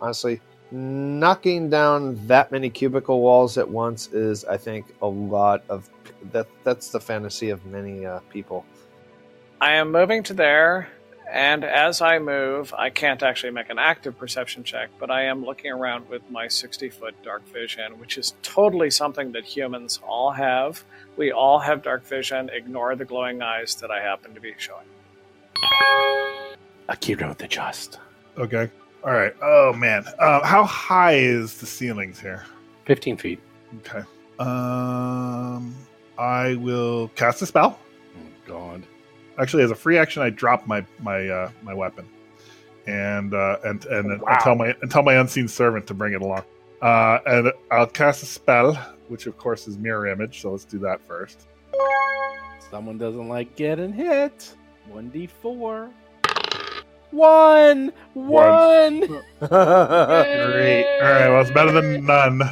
D: Honestly, knocking down that many cubicle walls at once is, I think, a lot of that. That's the fantasy of many uh, people.
E: I am moving to there, and as I move, I can't actually make an active perception check, but I am looking around with my 60 foot dark vision, which is totally something that humans all have. We all have dark vision. Ignore the glowing eyes that I happen to be showing.
A: Akira the Just.
B: Okay. All right. Oh man. Uh, how high is the ceilings here?
A: 15 feet.
B: Okay. Um, I will cast a spell.
A: Oh, God.
B: Actually, as a free action, I drop my my uh, my weapon, and uh, and and I tell my and tell my unseen servant to bring it along. Uh, and I'll cast a spell, which of course is mirror image. So let's do that first.
A: Someone doesn't like getting hit. 1d4. One, one.
B: Great. All right. Well, it's better than none.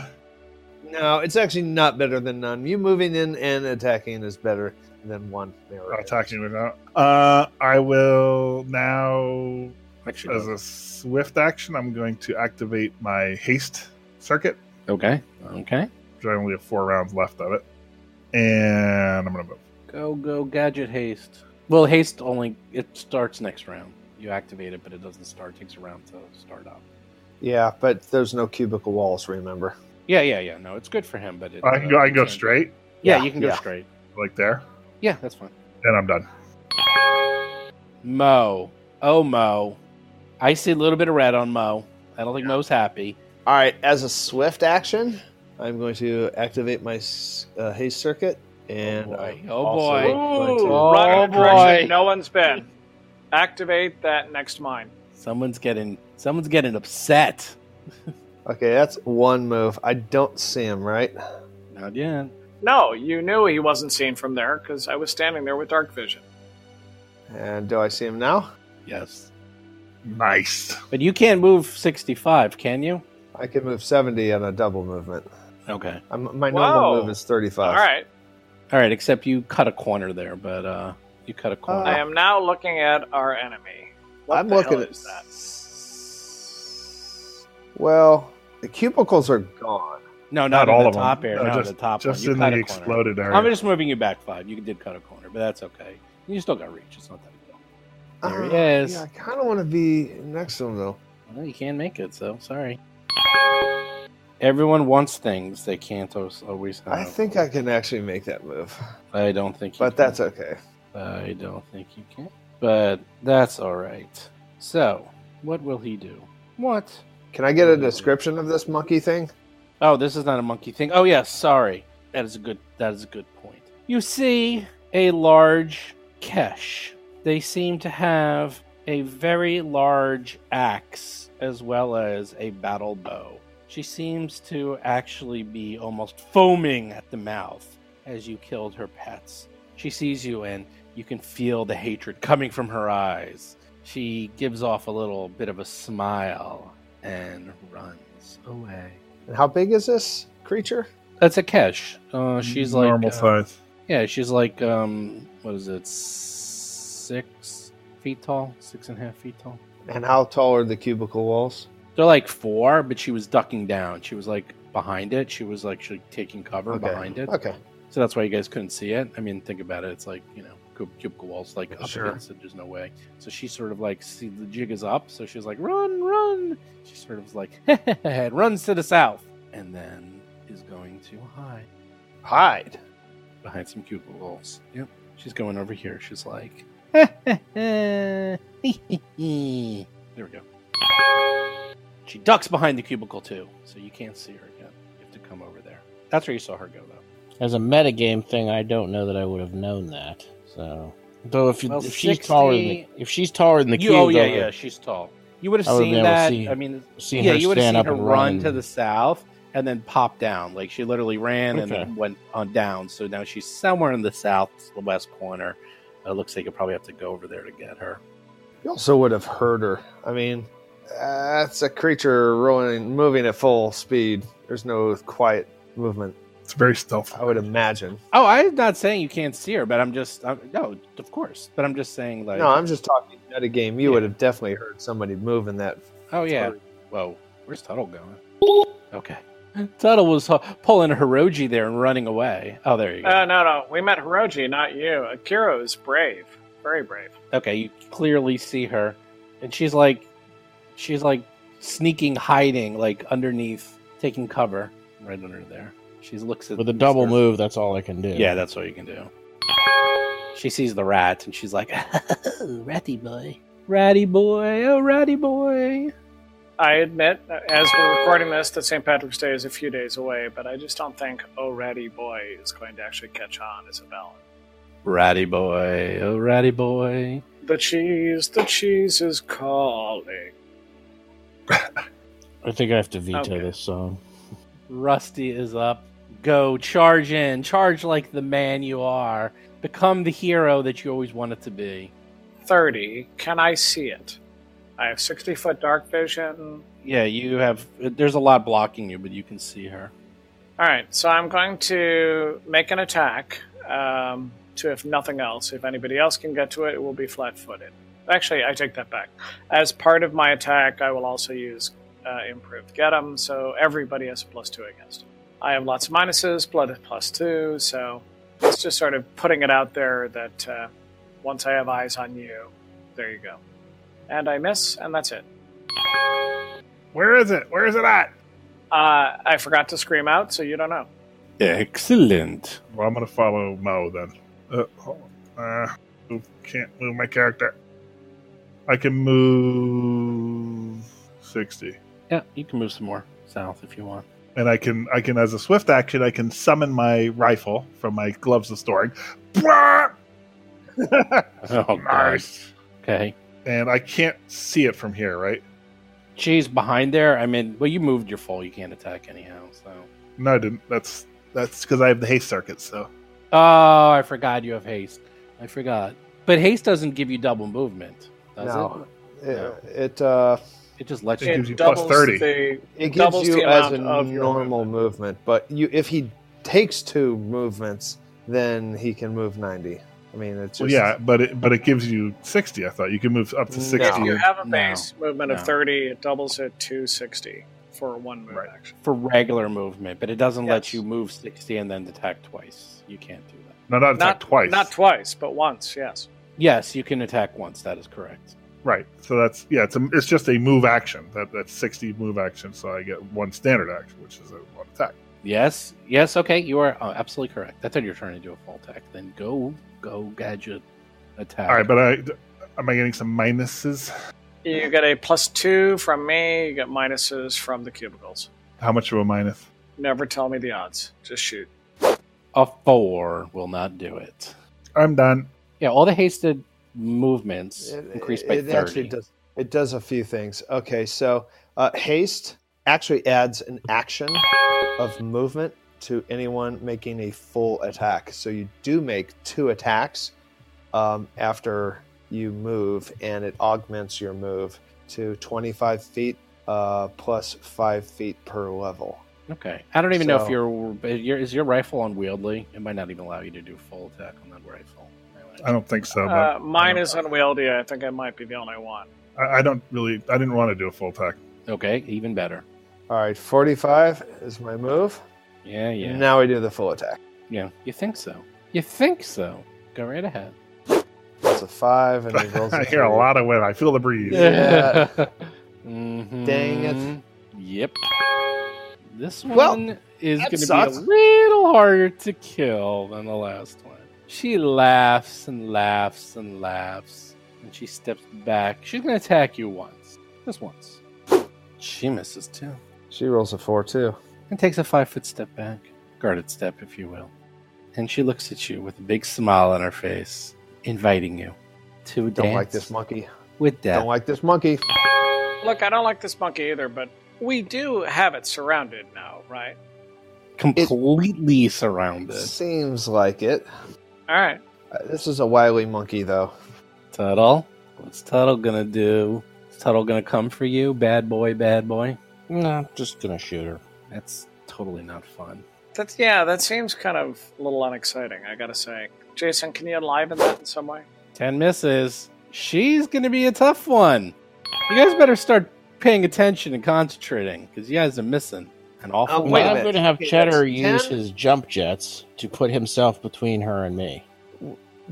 D: No, it's actually not better than none. You moving in and attacking is better than one. There it is.
B: Attacking without. Uh, I will now,
A: Actually,
B: as a swift action, I'm going to activate my haste circuit.
A: Okay. Okay.
B: which I only have four rounds left of it, and I'm gonna move.
A: Go, go, gadget haste. Well, haste only it starts next round. You activate it, but it doesn't start. takes a round to start up.
D: Yeah, but there's no cubicle walls. Remember.
A: Yeah, yeah, yeah. No, it's good for him, but it, uh,
B: I can go. I can go straight,
A: Yeah,
D: Yeah,
A: you can go
D: yeah.
A: straight.
B: like there,
A: Yeah, that's fine.
B: and I'm done.
A: Mo, oh Mo, I see a little bit of red on Mo. I don't think Mo's happy.
D: All right. As a swift action, I'm going to activate my s- uh, haste circuit, and
A: boy.
D: I'm
A: Oh,
D: also
A: boy.
D: going to-
A: Oh,
E: Run in a
A: boy.
E: direction no one's been. Activate that next mine.
A: Someone's getting, someone's getting upset.
D: Okay, that's one move. I don't see him. Right.
A: Not yet.
E: No, you knew he wasn't seen from there because I was standing there with dark vision.
D: And do I see him now?
A: Yes,
B: Nice.
A: but you can't move sixty-five, can you?
D: I can move 70 on a double movement.
A: Okay.
D: I'm, my normal
E: Whoa.
D: move is 35.
E: All right.
A: All right, except you cut a corner there, but uh you cut a corner.
E: Oh, I am now looking at our enemy. What
D: I'm
E: the
D: looking
E: hell
D: at
E: is that.
D: Well, the cubicles are gone.
A: no,
B: Not
A: not,
B: all
A: all the
B: of 'em.
A: top air,
B: No,
A: not
B: just-
A: the top
B: Just
A: one. You
B: in
A: cut
B: the
A: a corner.
B: exploded area.
A: I'm just moving you back five. You did cut a corner, but that's okay. You still got reach. It's not that big. deal. There he
D: Ah,
A: is.
D: Yeah, I kind of want to be next to him, though.
A: Well, you can't make it, so sorry. Everyone wants things they can't al- always have.
D: I think I can actually make that move,
A: I don't think. You
D: but
A: can.
D: that's okay.
A: I don't think you can. But that's all right. So, what will he do? What?
D: Can I get a description of this monkey thing?
A: Oh, this is not a monkey thing. Oh yes, sorry. That is a good that is a good point. You see a large kesh. They seem to have a very large axe as well as a battle bow. She seems to actually be almost foaming at the mouth as you killed her pets. She sees you and you can feel the hatred coming from her eyes. She gives off a little bit of a smile and runs away.
D: And how big is this creature?
A: That's a cash. Uh, she's like
B: normal
A: uh,
B: size.
A: Yeah, she's like um, what is it? Six feet tall, six and a half feet tall.
D: And how tall are the cubicle walls?
A: They're like four, but she was ducking down. She was like behind it. She was like she, taking cover
D: Okay.
A: behind it.
D: Okay.
A: So that's why you guys couldn't see it. I mean, think about it. It's like you know, cub- cubicle walls like up
D: Sure.
A: against it. There's no way. So she sort of like see the jig is up. So she's like, run, run. She sort of was like, and runs to the south, and then is going to hide.
D: Hide.
A: behind some cubicle walls. Yep. She's going over here. She's like, there we go. She ducks behind the cubicle too, so you can't see her again. You have to come over there. That's where you saw her go, though.
F: As a metagame thing, I don't know that I would have known that. So, though if, you
A: Well,
F: if she's taller than the,
A: 60
F: if she's taller than the
A: You,
F: cube,
A: oh yeah,
F: though,
A: yeah. She's tall. You would
F: I
A: have
F: would've
A: seen
F: been able to
A: that.
F: see-
A: I mean,
F: see
A: yeah,
F: her
A: you would have
F: stand
A: seen
F: up
A: her
F: and
A: run to the south and then pop down. Like she literally ran and
F: Okay.
A: then went on down. So now she's somewhere in the south, the west corner. Uh, It looks like you probably have to go over there to get her.
D: You also would have heard her. I mean, that's a creature rolling, moving at full speed. There's no quiet movement,
B: It's very stealthy.
D: I would imagine.
A: Oh, I'm not saying you can't see her, but I'm just I'm, no, of course. But I'm just saying like,
D: No, I'm just talking metagame.
A: Yeah.
D: You would have definitely heard somebody moving that.
A: oh yeah. Whoa, where's Tuttle going? Okay, Tuttle was uh, pulling a Hiroji there and running away. Oh, there you go.
E: Uh, no, no. We met Hiroji, not you. Akira is brave. Very brave.
A: okay, you clearly see her, and she's like, she's like sneaking, hiding, like underneath, taking cover right under there. She looks at
F: with a double
A: Mr.
F: move, that's all I can do.
A: Yeah, that's all you can do. She sees the rat and she's like, "Oh, "Ratty boy, ratty boy, oh ratty boy."
E: I admit, uh, as we're recording this, that St. Patrick's Day is a few days away, but I just don't think Oh Ratty Boy is going to actually catch on as a ballad.
A: Ratty boy, oh ratty boy.
E: The cheese, the cheese is calling.
F: I think I have to veto
E: Okay.
F: this song.
A: Rusty is up. Go charge in, charge like the man you are. Become the hero that you always wanted to be.
E: 30. Can I see it? I have 60 foot dark vision.
A: Yeah, you have. There's a lot blocking you, but you can see her.
E: All right, so I'm going to make an attack um, to, if nothing else, if anybody else can get to it, it will be flat footed. Actually, I take that back. As part of my attack, I will also use uh, improved get 'em, so everybody has a plus two against it. I have lots of minuses, blood is plus two, so it's just sort of putting it out there that uh, once I have eyes on you, there you go. And I miss, and that's it.
B: Where is it? Where is it at?
E: Uh, I forgot to scream out, so you don't know.
A: Excellent.
B: Well, I'm gonna follow Mo then. Uh, hold on. Uh, move- can't move my character. I can move sixty,
A: Yeah, you can move some more south if you want.
B: and I can I can as a swift action I can summon my rifle from my gloves of storing. Blah!
A: Oh,
B: nice.
A: Okay.
B: And I can't see it from here, right?
A: She's behind there. I mean, well, you moved your full. You can't attack anyhow. So.
B: No, I didn't. That's that's because I have the haste circuit. So
A: Oh, I forgot you have haste. I forgot. But haste doesn't give you double movement, does
D: No. It,
A: No.
D: it, uh,
A: it? It just lets
B: It
A: you.
B: gives you plus 30.
E: the-
D: it gives
E: doubles
D: you
E: the
D: as a
E: amount of your
D: normal movement, but you if he takes two movements, then he can move 90. I mean, it's just.
B: well, yeah, but it but it gives you sixty. I thought you can move up to
D: No.
E: if
B: sixty.
E: you have a
A: No.
E: base movement
A: No.
E: of 30, it doubles it to 60 for one move
B: Right.
E: action.
A: for regular movement, but it doesn't let
E: Yes.
A: you move 60 and then attack twice. You can't do that.
B: No, not attack
E: Not
B: twice.
E: Not twice, but once, yes.
A: Yes, you can attack once. That is correct.
B: Right. So that's yeah. It's a, it's just a move action. That that's sixty move action. So I get one standard action, which is a one attack.
A: Yes, yes, okay, you are uh, absolutely correct. I thought you were trying to do a full attack. Then go, go, gadget, attack.
B: All right, but I am I getting some minuses?
E: You get a plus two from me, you get minuses from the cubicles.
B: How much of a minus?
E: Never tell me the odds. Just shoot.
A: a four will not do it.
B: I'm done.
A: Yeah, all the hasted movements
D: It-
A: increase by
D: it
A: 30.
D: actually does it does a few things okay so uh, haste actually adds an action of movement to anyone making a full attack so you do make two attacks um, after you move and it augments your move to 25 feet uh, plus 5 feet per level
A: Okay, I don't even know if
D: So-
A: your but your is your rifle unwieldy. It might not even allow you to do full attack on that rifle.
B: I don't think so. But
E: Uh, mine is unwieldy. I think I might be the only one.
B: I, I don't really. I didn't want to do a full attack.
A: Okay, even better.
D: all right 45 is my move
A: Yeah, yeah.
D: now we do the full attack
A: Yeah, you think so? You think so? Go right ahead.
D: it's a 5 and it rolls
B: I hear a
D: three.
B: lot of wind. I feel the breeze.
D: Yeah.
A: Mhm.
D: Dang it.
A: Yep. This one
D: Well,
A: is
D: that
A: going to be a
D: sucks.
A: little harder to kill than the last one. She laughs and laughs and laughs, and she steps back. She's going to attack you once, just once. She misses too,
D: she rolls a 4 too
A: and takes a five foot step back, guarded step, if you will. And she looks at you with a big smile on her face, inviting you to
D: don't
A: dance
D: like this monkey
A: with death.
D: Don't like this monkey.
E: Look, I don't like this monkey either, but we do have it surrounded now, right?
A: completely surrounded.
D: Seems like it.
E: All right.
D: Uh, This is a wily monkey, though.
A: Tuttle, what's Tuttle gonna do? Is Tuttle gonna come for you, bad boy, bad boy?
G: No, I'm just gonna shoot her.
A: That's totally not fun.
E: That's, yeah, that seems kind of a little unexciting, I gotta say. Jason, can you enliven that in some way?
A: Ten misses. She's gonna be a tough one. You guys better start paying attention and concentrating because you guys are missing an
F: Oh,
A: awful
D: Um,
A: lot.
D: Wait a
G: Well, I'm
D: minute.
G: going to have
D: Okay,
G: Cheddar
D: that's
G: use
D: 10?
G: his jump jets to put himself between her and me.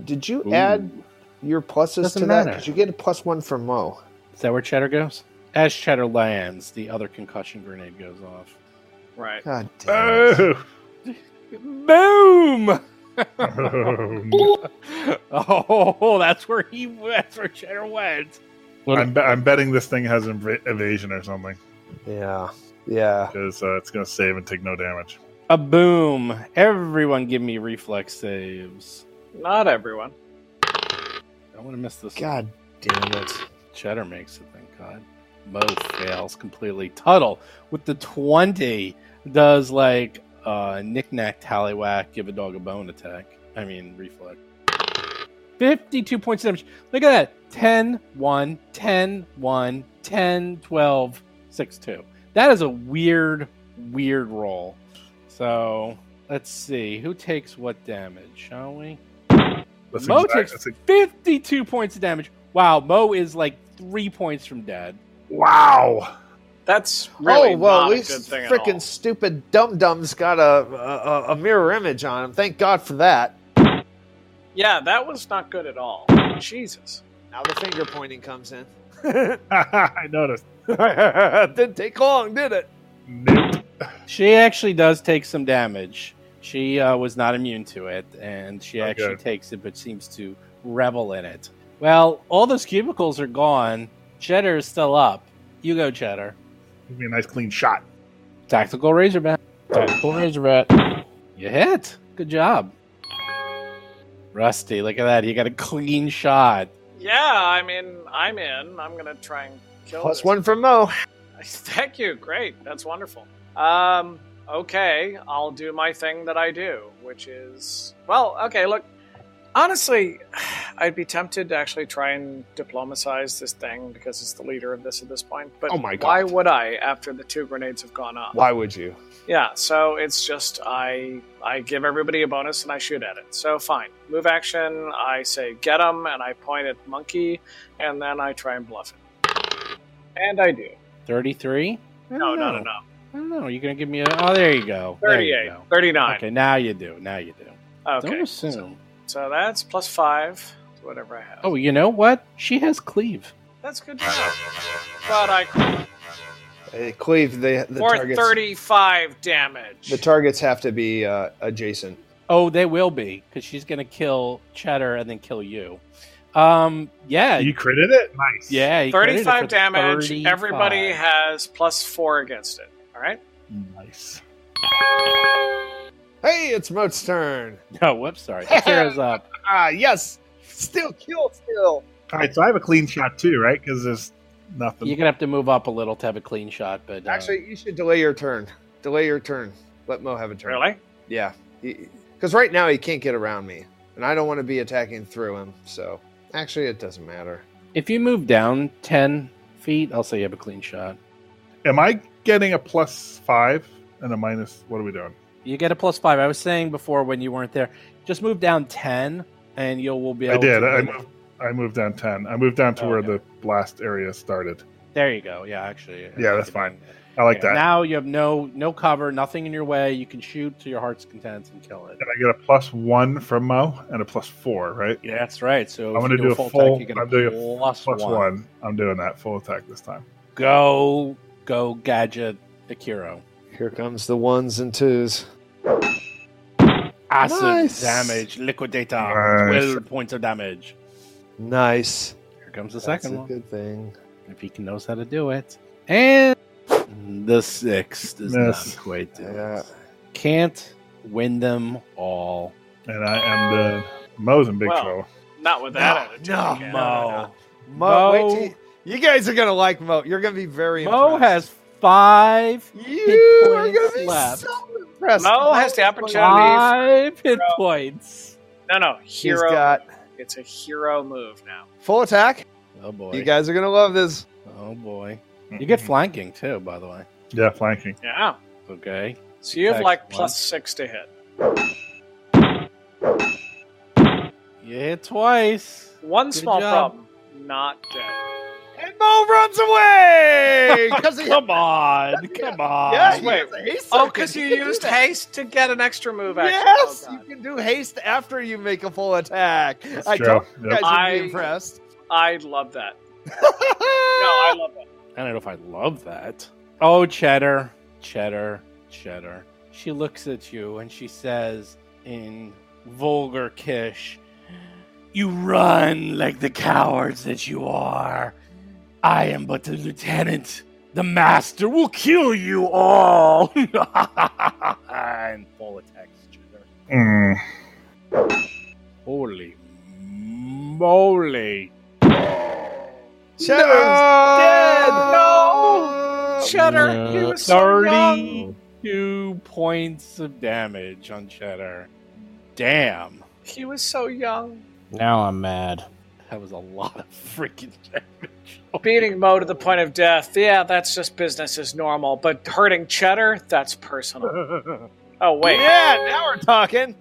D: Did you
A: Ooh.
D: add your pluses
A: Doesn't
D: to that?
A: matter.
D: Did you get a plus one from Mo?
A: Is that where Cheddar goes? As Cheddar lands, the other concussion grenade goes off.
E: Right.
D: God damn.
E: Uh.
D: it.
B: Oh,
A: Boom!
B: no.
A: oh, that's where he. That's where Cheddar went.
B: I'm, be- I'm betting this thing has inv- evasion or something
D: Yeah, yeah.
B: because uh, it's going to save and take no damage.
A: A boom. Everyone give me reflex saves.
E: Not everyone.
A: I want to miss this. one.
D: God damn it.
A: Cheddar makes it, thank God. Mo fails completely. Tuttle with the 20 does like uh, knick-knack, tallywhack, give a dog a bone attack. I mean, reflex. 52 points of damage. Look at that. 10, 1, 10, 1, 10, 12, 6, 2. That is a weird, weird roll. So let's see. Who takes what damage, shall we?
B: That's,
A: Mo
B: exact-
A: takes-
B: that's ex-
A: 52 points of damage. Wow, Mo is like three points from dead.
B: wow.
E: That's really
D: oh well,
E: not a
D: we
E: good thing. at all.
D: freaking stupid dum dum's got a, a a- a mirror image on him. Thank God for that.
E: Yeah, that was not good at all. Jesus.
D: Now the finger pointing comes in.
B: I noticed.
D: Didn't take long, did it?
B: Nope.
A: She actually does take some damage. She uh, was not immune to it, and she
E: Oh,
B: Okay.
A: actually takes it, but seems to revel in it. Well, all those cubicles are gone. Cheddar is still up. You go, Cheddar.
B: Give me a nice clean shot.
A: Tactical Razorback.
F: Cool Razorback.
A: You hit. Good job. Rusty, look at that. You got a clean shot.
E: Yeah, I mean, I'm in. I'm gonna try and kill.
D: Plus
E: this.
D: one for Mo.
E: Thank you. Great. That's wonderful. Um, okay, I'll do my thing that I do, which is well, okay, look. Honestly, I'd be tempted to actually try and diplomatize this thing because it's the leader of this at this point. But
D: Oh my
E: why
D: God.
E: would I after the two grenades have gone off?
D: Why would you?
E: Yeah, so it's just I I give everybody a bonus and I shoot at it. So fine. Move action, I say get him and I point at monkey and then I try and bluff it. And I do.
A: 33?
E: No, not enough.
A: I don't know. You're going to give me a. Oh, there you go. There you
E: 38,
A: go.
E: 39. Okay.
A: Okay, now you do. Now you do. Don't assume.
E: So, so that's plus five, to whatever I have.
A: Oh, you know what? She has cleave.
E: that's good. to know. But I
D: Hey, Cleve, the, the
E: for
D: targets.
E: 35 damage.
D: The targets have to be uh, adjacent.
A: Oh, they will be because she's gonna kill Cheddar and then kill you. Um, yeah,
B: You critted it? Nice.
A: yeah, he credited it
E: 35
A: for
E: damage.
A: 35.
E: Everybody has plus four against it. All right.
B: Nice.
D: Hey, it's Moat's turn.
A: No, Oh, whoops, sorry. Zero's up.
D: Ah, yes. Still kill, still.
B: All right, so I have a clean shot too, right? Because there's nothing.
A: You're gonna have to move up a little to have a clean shot, but uh,
D: Actually, you should delay your turn. Delay your turn. Let Mo have a turn.
E: Really?
D: Yeah. Because right now he can't get around me, and I don't want to be attacking through him. So actually, it doesn't matter.
A: if you move down ten feet, I'll say you have a clean shot.
B: Am I getting a plus five and a minus? What are we doing?
A: You get a plus five. I was saying before when you weren't there, just move down ten, and you'll will be.
B: I
A: Able
B: did.
A: To
B: I moved. I moved down ten. I moved down to
A: Oh,
B: where
A: okay.
B: the blast area started.
A: There you go. Yeah, actually. I
B: Yeah,
A: think
B: that's
A: it-
B: fine. I like
A: yeah.
B: that.
A: Now you have no no cover, nothing in your way. You can shoot to your heart's content and kill it.
B: and I get a plus one from Mo and a plus four, right?
A: Yeah, that's right. So if
B: I'm
A: you
B: gonna
A: do, a full, attack, you get
B: I'm
A: a
B: doing a
A: plus
B: Plus
A: one.
B: one. I'm doing that full attack this time.
A: Go, go, gadget, Akiro.
D: Here comes the ones and twos.
A: Acid
D: Nice.
A: damage, liquidator,
B: Nice.
A: twelve points of damage.
D: Nice.
A: Here comes the
D: That's
A: second
D: a
A: one.
D: good thing.
A: If he can knows how to do it, and the sixth is
B: Miss.
A: not quite do
D: Yeah.
A: it. Can't win them all.
B: And I am the Mo's in big
E: Well,
B: trouble.
E: Not with that.
D: No,
E: attitude,
D: no,
E: yeah.
A: Mo,
D: Mo,
A: Mo-
D: wait till you, you guys are gonna like Mo. You're gonna be very.
A: Mo
D: impressed.
A: has five,
D: You are
A: points
D: gonna be
A: left.
D: so impressed.
E: Mo has the opportunity.
A: five hit points.
E: No, no.
D: He's
E: Hero.
D: got
E: It's a hero move now.
D: full attack.
A: Oh boy!
D: You guys are gonna love this.
A: oh boy! You get flanking too, by the way.
B: yeah flanking.
E: Yeah.
A: Okay.
E: So you have
A: Attack
E: like
A: one.
E: plus six to hit.
A: You hit twice.
E: One
A: Good
E: small
A: job.
E: problem. Not dead.
D: And Mo runs away because he.
A: Come on, come on.
D: Yeah, he
E: Wait.
D: has a haste
E: Oh,
D: circuit.
E: because you
D: He can do
E: used
D: that.
E: haste to get an extra move action.
D: Yes,
E: Oh,
D: you
E: God.
D: can do haste after you make a full attack.
B: That's
D: I
B: true.
D: told you
B: Yep.
D: guys would
E: I-
D: be impressed.
E: I love that. No, I love that.
A: I don't know if I love that. Oh, Cheddar, Cheddar, Cheddar. She looks at you and she says in vulgar Kish, You run like the cowards that you are. I am but a lieutenant. The master will kill you all. and full attacks, Cheddar.
B: Mm.
A: Holy moly.
D: Cheddar's
A: dead.
D: dead.
A: No.
E: Oh, Cheddar,
F: Yeah.
E: he was so young.
A: 32 points of damage on Cheddar. Damn.
E: He was so young.
F: Now I'm mad.
A: That was a lot of freaking damage.
E: Beating Mo to the point of death, yeah, that's just business as normal. But hurting Cheddar, that's personal.
B: Mm.
E: Oh wait,
D: Yeah, now we're talking.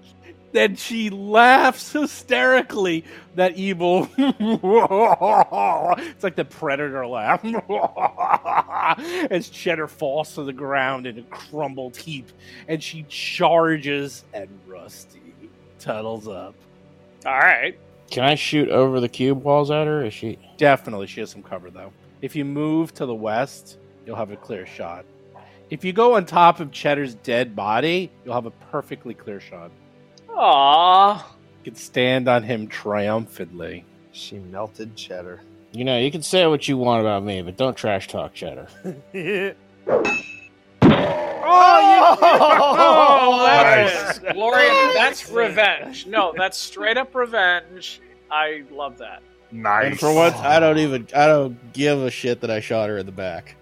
A: Then she laughs hysterically. That evil. it's like the predator laugh. As Cheddar falls to the ground in a crumbled heap, and she charges, and Rusty tunnels up.
E: all right.
F: Can I shoot over the cube walls at her? Is she?
A: Definitely, she has some cover though. If you move to the west, you'll have a clear shot. If you go on top of Cheddar's dead body, you'll have a perfectly clear shot.
E: Aww.
A: You can stand on him triumphantly.
D: She melted cheddar.
F: You know, you can say what you want about me, but don't trash talk Cheddar.
E: Oh, that
B: Nice.
E: is glorious. That's revenge. No, that's straight up revenge. I love that.
B: Nice.
G: And for once, I don't even I don't give a shit that I shot her in the back.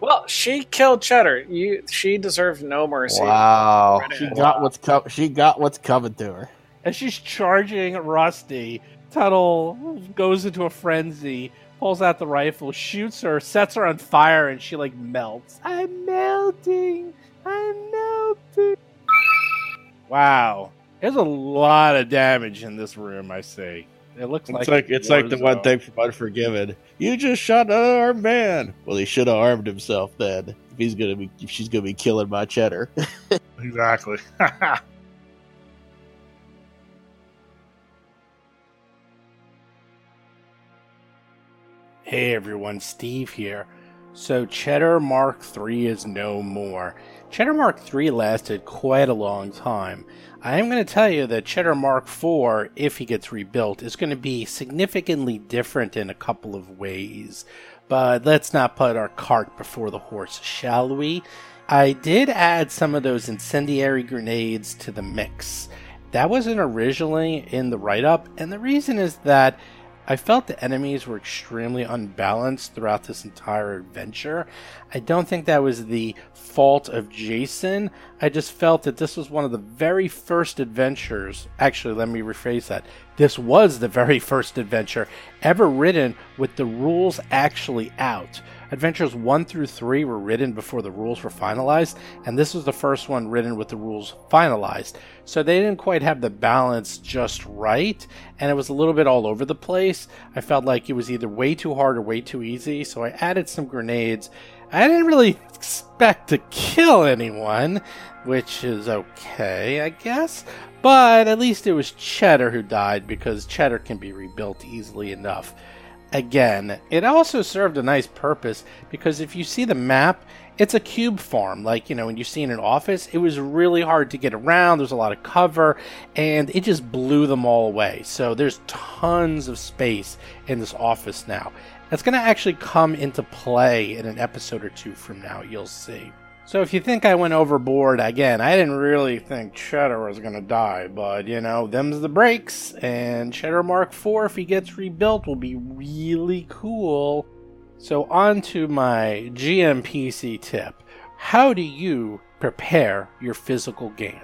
E: Well, she killed Cheddar. You, she deserved no mercy.
D: Wow.
F: She got what's co- she got what's coming to her.
A: As she's charging Rusty, Tuttle goes into a frenzy, pulls out the rifle, shoots her, sets her on fire, and she like melts. I'm melting. I'm melting. Wow. There's a lot of damage in this room, I see. It looks
G: It's like it's like the one
A: Warzone.
G: thing from Unforgiven. You just shot an unarmed man. Well, he should have armed himself then. If he's gonna be, if she's gonna be killing my cheddar.
B: Exactly.
A: Hey everyone, Steve here. So Cheddar Mark III is no more. Cheddar Mark III lasted quite a long time. I am going to tell you that Cheddar Mark IV, if he gets rebuilt, is going to be significantly different in a couple of ways. But let's not put our cart before the horse, shall we? I did add some of those incendiary grenades to the mix. That wasn't originally in the write up, and the reason is that I felt the enemies were extremely unbalanced throughout this entire adventure. I don't think that was the fault of Jason. I just felt that this was one of the very first adventures. Actually, let me rephrase that. This was the very first adventure ever written with the rules actually out. Adventures 1 through 3 were written before the rules were finalized, and this was the first one written with the rules finalized. So they didn't quite have the balance just right, and it was a little bit all over the place. I felt like it was either way too hard or way too easy, so I added some grenades. I didn't really expect to kill anyone, which is okay, I guess. But at least it was Cheddar who died because Cheddar can be rebuilt easily enough again. It also served a nice purpose because if you see the map, it's a cube farm. Like, you know, when you see in an office, it was really hard to get around. There's a lot of cover, and it just blew them all away. So there's tons of space in this office now. That's going to actually come into play in an episode or two from now. You'll see. So if you think I went overboard again, I didn't really think Cheddar was gonna die, but you know, them's the breaks, and Cheddar Mark IV, if he gets rebuilt, will be really cool. So on to my GMPC tip. How do you prepare your physical game?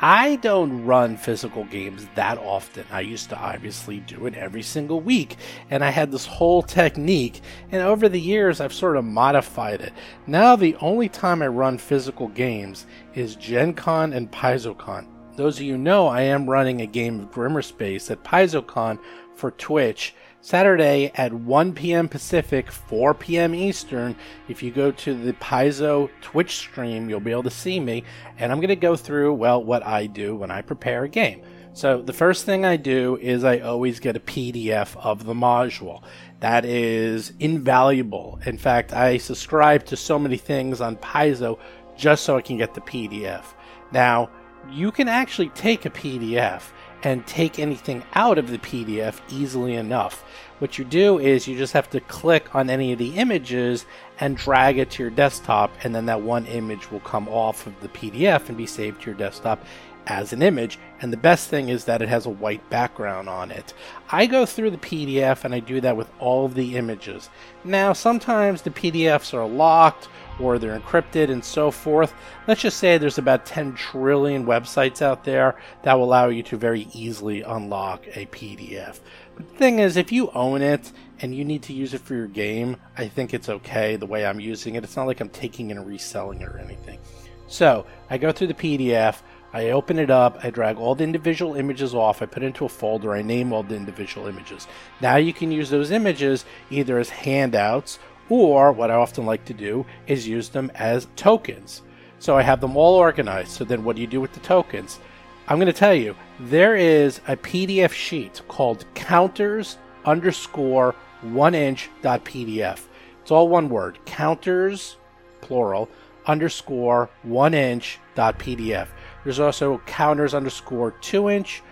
A: I don't run physical games that often. I used to obviously do it every single week, and I had this whole technique, and over the years I've sort of modified it. Now the only time I run physical games is Gen Con and PaizoCon. Those of you know I am running a game of Grimmer Space at PaizoCon for Twitch Saturday at 1 p.m. Pacific, 4 p.m. Eastern. If you go to the Paizo Twitch stream, you'll be able to see me. And I'm going to go through, well, what I do when I prepare a game. So the first thing I do is I always get a PDF of the module. That is invaluable. In fact, I subscribe to so many things on Paizo just so I can get the PDF. Now, you can actually take a PDF and take anything out of the PDF easily enough. What you do is you just have to click on any of the images and drag it to your desktop, and then that one image will come off of the PDF and be saved to your desktop. as an image. And the best thing is that it has a white background on it. I go through the PDF and I do that with all of the images. Now, sometimes the PDFs are locked or they're encrypted and so forth. Let's just say there's about 10 trillion websites out there that will allow you to very easily unlock a PDF. But the thing is, if you own it and you need to use it for your game, I think it's okay the way I'm using it. It's not like I'm taking and reselling it or anything. So I go through the PDF, I open it up, I drag all the individual images off, I put it into a folder, I name all the individual images. Now you can use those images either as handouts or what I often like to do is use them as tokens. So I have them all organized. So then what do you do with the tokens? I'm going to tell you there is a PDF sheet called counters underscore one inch dot PDF. It's all one word counters plural underscore one inch dot PDF. There's also counters underscore two inch,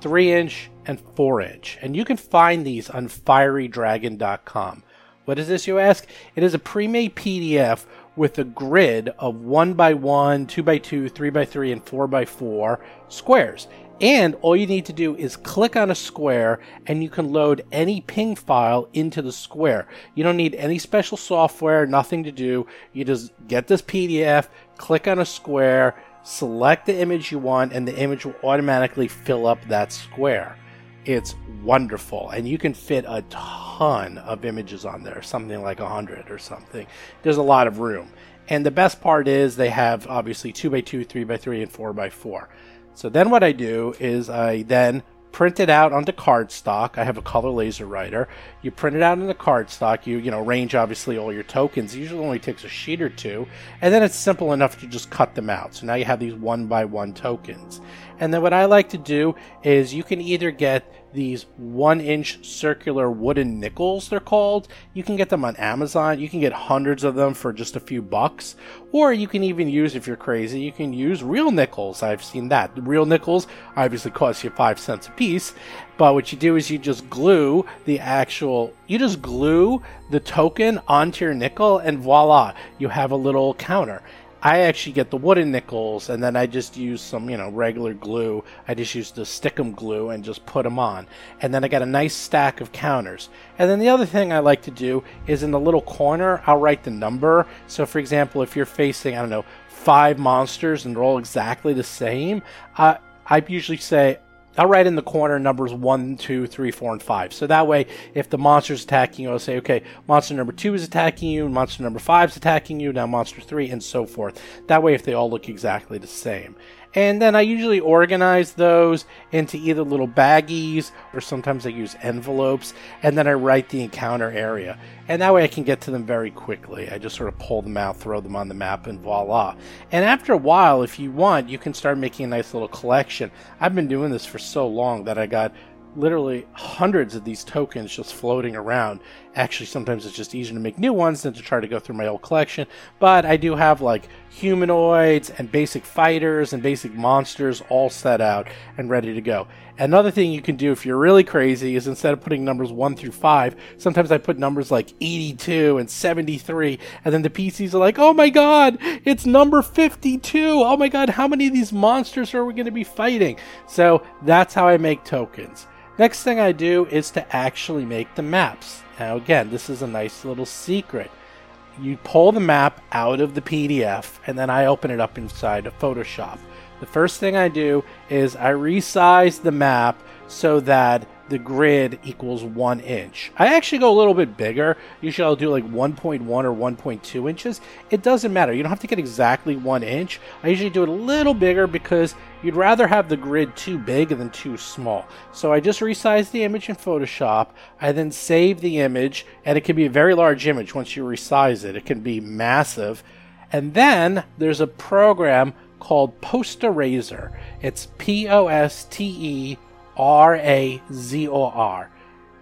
A: three inch, and four inch. And you can find these on fierydragon.com. What is this, you ask? It is a pre made PDF with a grid of 1 by 1, 2 by 2, 3 by 3, and 4 by 4 squares. And all you need to do is click on a square and you can load any ping file into the square. You don't need any special software, nothing to do. You just get this PDF, click on a square, select the image you want, and the image will automatically fill up that square. It's wonderful, and you can fit a ton of images on there, something like 100 or something. There's a lot of room. And the best part is they have obviously 2x2, 3x3, and 4x4. So then what I do is I then print it out onto cardstock. I have a color laser writer. You print it out on the cardstock. You you know range obviously all your tokens. Usually only takes a sheet or two, and then it's simple enough to just cut them out. So now you have these one by one tokens. And then what I like to do is you can either get these one inch circular wooden nickels, they're called. You can get them on Amazon. You can get hundreds of them for just a few bucks. Or you can even use, if you're crazy, you can use real nickels. I've seen that. The real nickels obviously cost you five cents a piece. But what you do is you just glue the actual, you just glue the token onto your nickel, and voila, you have a little counter. I actually get the wooden nickels, and then I just use some, you know, regular glue. I just use the stickum glue and just put them on. And then I got a nice stack of counters. And then the other thing I like to do is in the little corner, I'll write the number. So, for example, if you're facing, I don't know, five monsters and they're all exactly the same, I I usually say, I'll write in the corner numbers one, two, three, four, and five. So that way, if the monster's attacking you, I'll say, okay, monster number two is attacking you, monster number five is attacking you, now monster three, and so forth. That way, if they all look exactly the same. And then I usually organize those into either little baggies or sometimes I use envelopes, and then I write the encounter area. And that way I can get to them very quickly. I just sort of pull them out, throw them on the map, and voila. And after a while, if you want, you can start making a nice little collection. I've been doing this for so long that I got literally hundreds of these tokens just floating around. Actually, sometimes it's just easier to make new ones than to try to go through my old collection. But I do have like humanoids and basic fighters and basic monsters all set out and ready to go. Another thing you can do if you're really crazy is instead of putting numbers 1 through 5, sometimes I put numbers like 82 and 73, and then the PCs are like, oh my god, it's number 52. Oh my god, how many of these monsters are we going to be fighting? So that's how I make tokens. Next thing I do is to actually make the maps. Now, again, this is a nice little secret. You pull the map out of the PDF, and then I open it up inside of Photoshop. The first thing I do is I resize the map so that the grid equals one inch. I actually go a little bit bigger. Usually I'll do like 1.1 or 1.2 inches. It doesn't matter. You don't have to get exactly one inch. I usually do it a little bigger because you'd rather have the grid too big than too small. So I just resize the image in Photoshop. I then save the image, and it can be a very large image once you resize it. It can be massive. And then there's a program called Post Eraser. It's P O S T E R A Z O R.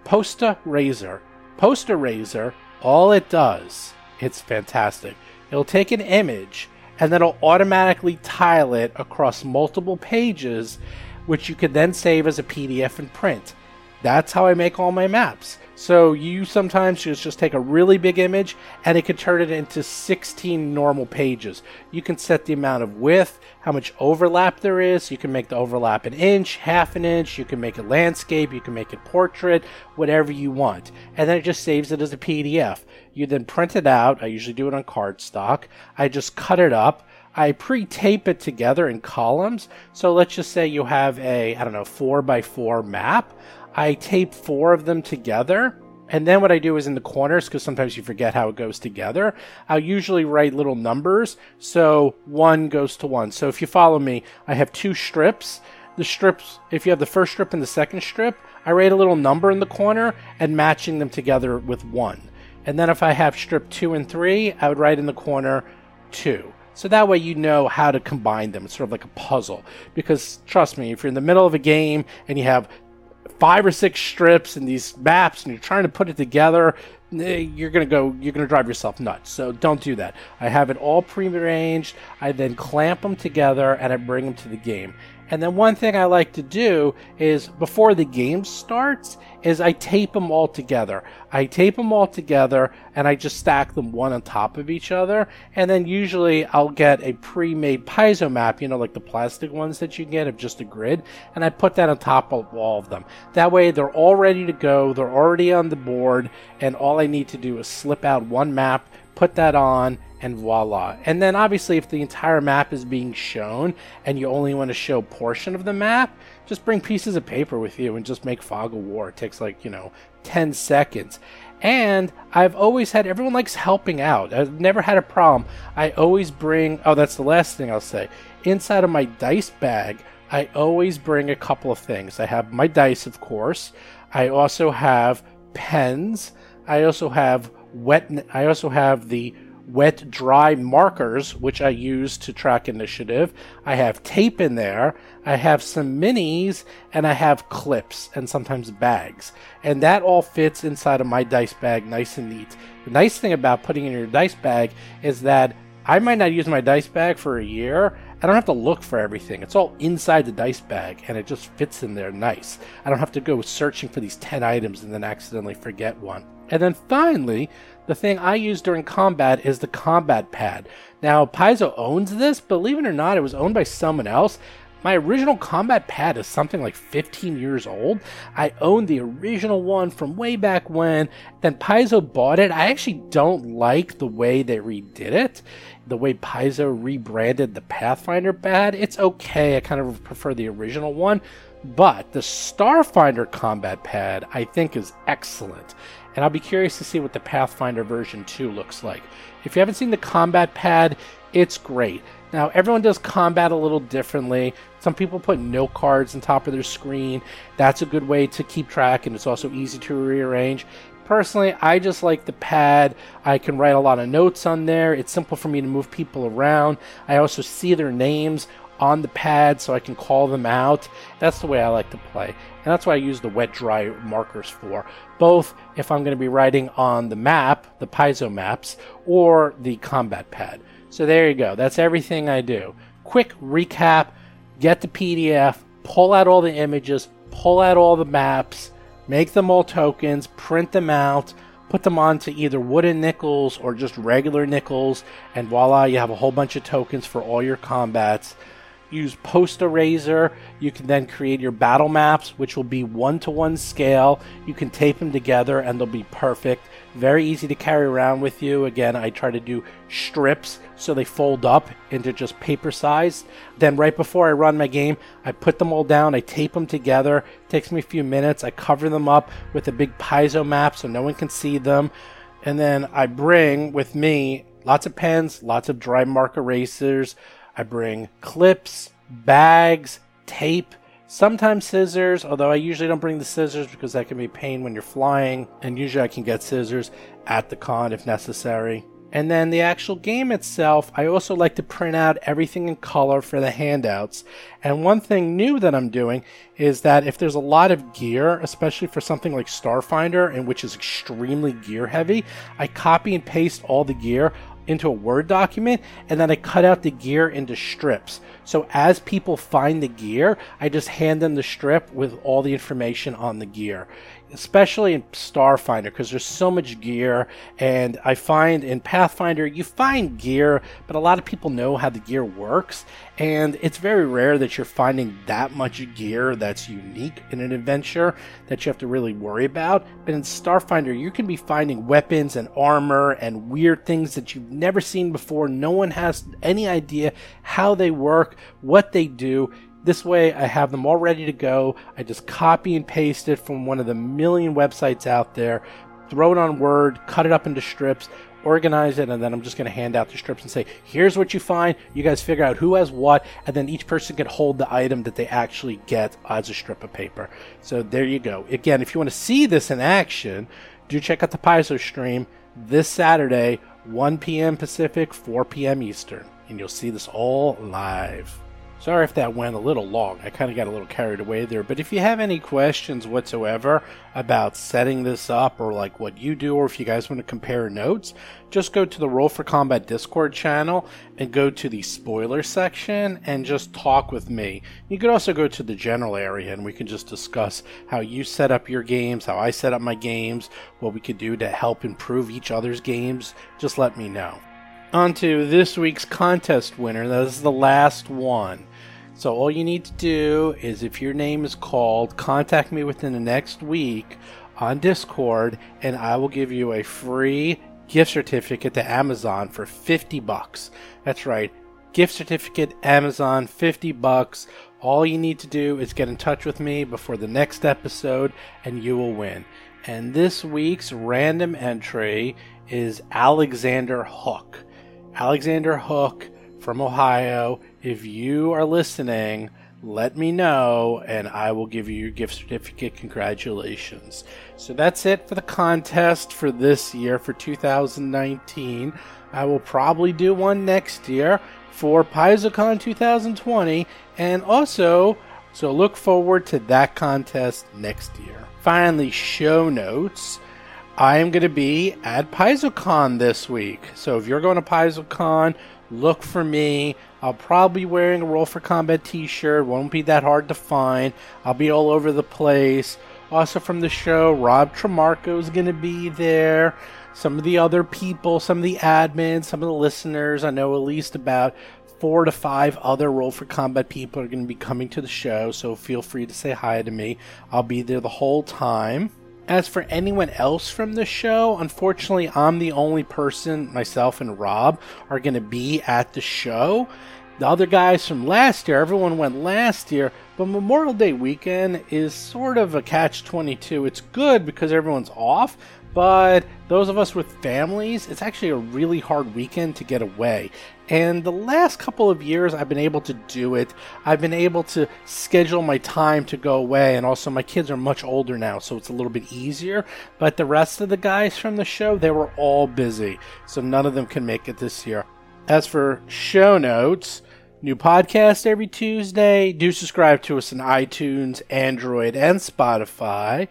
A: Posta Razor. Posta Razor, all it does, it's fantastic. It'll take an image and then it'll automatically tile it across multiple pages, which you can then save as a PDF and print. That's how I make all my maps. So you sometimes just, just take a really big image and it can turn it into 16 normal pages. You can set the amount of width, how much overlap there is. You can make the overlap an inch, half an inch. You can make it landscape. You can make it portrait, whatever you want. And then it just saves it as a PDF. You then print it out. I usually do it on cardstock. I just cut it up. I pre-tape it together in columns. So let's just say you have a, I don't know, four by four map. I tape four of them together. And then what I do is in the corners, because sometimes you forget how it goes together, I'll usually write little numbers. So one goes to one. So if you follow me, I have two strips. The strips, if you have the first strip and the second strip, I write a little number in the corner and matching them together with one. And then if I have strip two and three, I would write in the corner two. So that way you know how to combine them. It's sort of like a puzzle. Because trust me, if you're in the middle of a game and you have five or six strips and these maps and you're trying to put it together, eh, you're gonna go you're gonna drive yourself nuts. So don't do that. I have it all prearranged. I then clamp them together and I bring them to the game. And then one thing I like to do is before the game starts is I tape them all together. I tape them all together and I just stack them one on top of each other. And then usually I'll get a pre-made piezo map, you know, like the plastic ones that you get of just a grid, and I put that on top of all of them. That way they're all ready to go. They're already on the board, and all I need to do is slip out one map, put that on, and voila. And then obviously, if the entire map is being shown and you only want to show portion of the map, just bring pieces of paper with you and just make fog of war. It takes like, you know, 10 seconds. And I've always had everyone likes helping out. I've never had a problem. I always bring, oh, that's the last thing I'll say. Inside of my dice bag, I always bring a couple of things. I have my dice, of course. I also have pens. I also have wet I also have the wet dry markers which I use to track initiative. I have tape in there, I have some minis, and I have clips and sometimes bags. And that all fits inside of my dice bag nice and neat. The nice thing about putting in your dice bag is that I might not use my dice bag for a year. I don't have to look for everything. It's all inside the dice bag and it just fits in there nice. I don't have to go searching for these 10 items and then accidentally forget one. And then finally, the thing I use during combat is the combat pad. Now, Paizo owns this, believe it or not, it was owned by someone else. My original combat pad is something like 15 years old. I owned the original one from way back when. Then Paizo bought it. I actually don't like the way they redid it. The way Paizo rebranded the Pathfinder pad, it's okay. I kind of prefer the original one. But the Starfinder combat pad, I think, is excellent and I'll be curious to see what the Pathfinder version 2 looks like. If you haven't seen the combat pad, it's great. Now, everyone does combat a little differently. Some people put no cards on top of their screen. That's a good way to keep track, and it's also easy to rearrange. Personally, I just like the pad. I can write a lot of notes on there. It's simple for me to move people around. I also see their names on the pad so I can call them out. That's the way I like to play. And that's what I use the wet dry markers for. Both if I'm going to be writing on the map, the piezo maps, or the combat pad. So there you go. That's everything I do. Quick recap get the PDF, pull out all the images, pull out all the maps, make them all tokens, print them out put them onto either wooden nickels or just regular nickels, and voila, you have a whole bunch of tokens for all your combats. Use post eraser. You can then create your battle maps, which will be one to one scale. You can tape them together and they'll be perfect. Very easy to carry around with you. Again, I try to do strips so they fold up into just paper size. Then, right before I run my game, I put them all down. I tape them together. takes me a few minutes. I cover them up with a big piezo map so no one can see them. And then I bring with me lots of pens, lots of dry mark erasers. I bring clips, bags, tape, sometimes scissors, although I usually don't bring the scissors because that can be a pain when you're flying, and usually I can get scissors at the con if necessary. And then the actual game itself, I also like to print out everything in color for the handouts. And one thing new that I'm doing is that if there's a lot of gear, especially for something like Starfinder, and which is extremely gear heavy, I copy and paste all the gear into a Word document and then I cut out the gear into strips. So as people find the gear, I just hand them the strip with all the information on the gear. especially in Starfinder, because there's so much gear. And I find in Pathfinder, you find gear, but a lot of people know how the gear works. And it's very rare that you're finding that much gear that's unique in an adventure that you have to really worry about. But in Starfinder, you can be finding weapons and armor and weird things that you've never seen before. No one has any idea how they work, what they do. This way, I have them all ready to go. I just copy and paste it from one of the million websites out there, throw it on Word, cut it up into strips, organize it, and then I'm just going to hand out the strips and say, here's what you find. You guys figure out who has what, and then each person can hold the item that they actually get as a strip of paper. So there you go. Again, if you want to see this in action, do check out the Paizo stream this Saturday, 1 p.m. Pacific, 4 p.m. Eastern, and you'll see this all live. Sorry if that went a little long. I kind of got a little carried away there. But if you have any questions whatsoever about setting this up or like what you do, or if you guys want to compare notes, just go to the Roll for Combat Discord channel and go to the spoiler section and just talk with me. You could also go to the general area and we can just discuss how you set up your games, how I set up my games, what we could do to help improve each other's games. Just let me know onto this week's contest winner. That is the last one. So all you need to do is if your name is called, contact me within the next week on Discord and I will give you a free gift certificate to Amazon for 50 bucks. That's right. Gift certificate Amazon 50 bucks. All you need to do is get in touch with me before the next episode and you will win. And this week's random entry is Alexander Hook. Alexander Hook from Ohio. If you are listening, let me know and I will give you your gift certificate. Congratulations. So that's it for the contest for this year for 2019. I will probably do one next year for PaizoCon 2020 and also so look forward to that contest next year. Finally, show notes. I am going to be at PaizoCon this week. So if you're going to PaizoCon, look for me. I'll probably be wearing a Roll for Combat t shirt. Won't be that hard to find. I'll be all over the place. Also from the show, Rob Tremarco is going to be there. Some of the other people, some of the admins, some of the listeners. I know at least about four to five other Roll for Combat people are going to be coming to the show. So feel free to say hi to me. I'll be there the whole time. As for anyone else from the show, unfortunately, I'm the only person, myself and Rob, are going to be at the show. The other guys from last year, everyone went last year, but Memorial Day weekend is sort of a catch 22. It's good because everyone's off, but those of us with families, it's actually a really hard weekend to get away. And the last couple of years, I've been able to do it. I've been able to schedule my time to go away, and also my kids are much older now, so it's a little bit easier. But the rest of the guys from the show, they were all busy, so none of them can make it this year. As for show notes, new podcast every Tuesday. Do subscribe to us on iTunes, Android, and Spotify.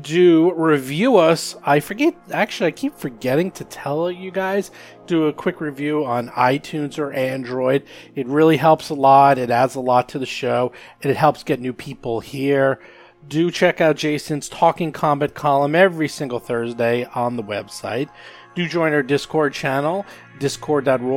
A: Do review us. I forget, actually, I keep forgetting to tell you guys. Do a quick review on iTunes or Android. It really helps a lot. It adds a lot to the show, and it helps get new people here. Do check out Jason's Talking Combat column every single Thursday on the website do join our Discord channel,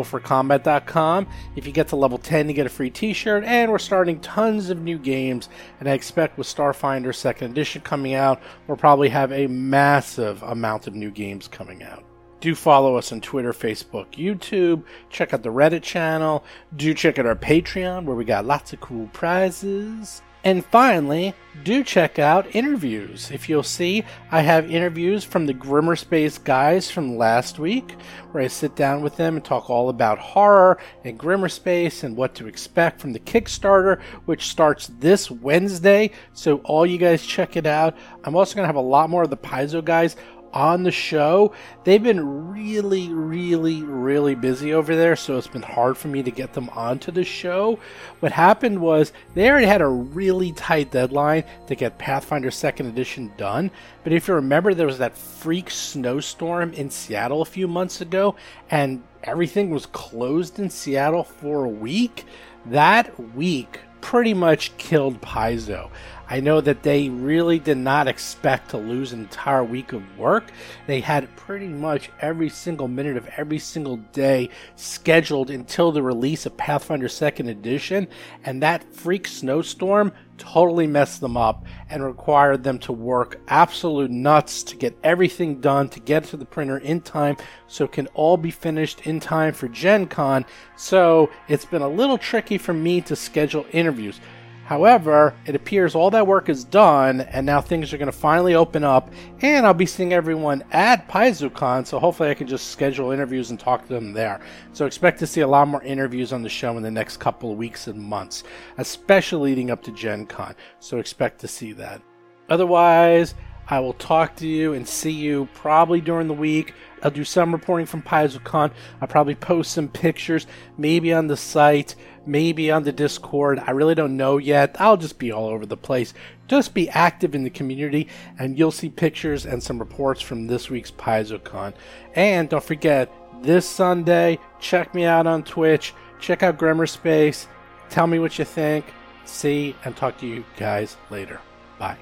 A: discord.ruleforcombat.com. If you get to level 10, you get a free t shirt, and we're starting tons of new games. And I expect with Starfinder 2nd Edition coming out, we'll probably have a massive amount of new games coming out. Do follow us on Twitter, Facebook, YouTube. Check out the Reddit channel. Do check out our Patreon, where we got lots of cool prizes. And finally, do check out interviews. If you'll see, I have interviews from the Grimmer Space guys from last week, where I sit down with them and talk all about horror and Grimmer Space and what to expect from the Kickstarter, which starts this Wednesday. So, all you guys check it out. I'm also going to have a lot more of the Paizo guys on the show. They've been really, really, really busy over there, so it's been hard for me to get them onto the show. What happened was they already had a really tight deadline to get Pathfinder 2nd Edition done. But if you remember, there was that freak snowstorm in Seattle a few months ago, and everything was closed in Seattle for a week. That week pretty much killed Paizo. I know that they really did not expect to lose an entire week of work. They had pretty much every single minute of every single day scheduled until the release of Pathfinder 2nd Edition, and that freak snowstorm totally messed them up and required them to work absolute nuts to get everything done to get it to the printer in time so it can all be finished in time for Gen Con. So it's been a little tricky for me to schedule interviews. However, it appears all that work is done, and now things are going to finally open up, and I'll be seeing everyone at PaizuCon, so hopefully I can just schedule interviews and talk to them there. So expect to see a lot more interviews on the show in the next couple of weeks and months, especially leading up to Gen Con, so expect to see that. Otherwise, I will talk to you and see you probably during the week. I'll do some reporting from PaizoCon. I'll probably post some pictures, maybe on the site, maybe on the Discord. I really don't know yet. I'll just be all over the place. Just be active in the community, and you'll see pictures and some reports from this week's PaizoCon. And don't forget, this Sunday, check me out on Twitch. Check out Grammar Space. Tell me what you think. See and talk to you guys later. Bye.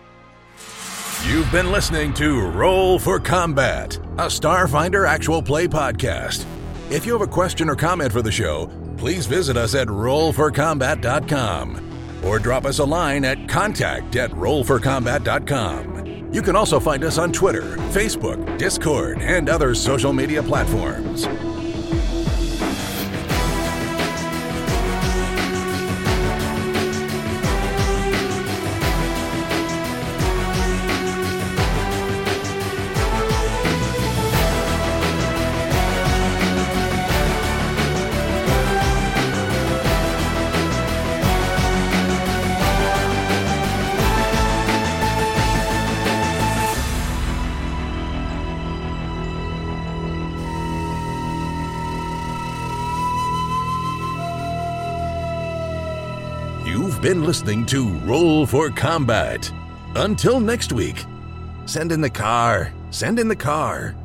C: You've been listening to Roll for Combat, a Starfinder actual play podcast. If you have a question or comment for the show, please visit us at rollforcombat.com or drop us a line at contact at rollforcombat.com. You can also find us on Twitter, Facebook, Discord, and other social media platforms. You've been listening to Roll for Combat. Until next week, send in the car, send in the car.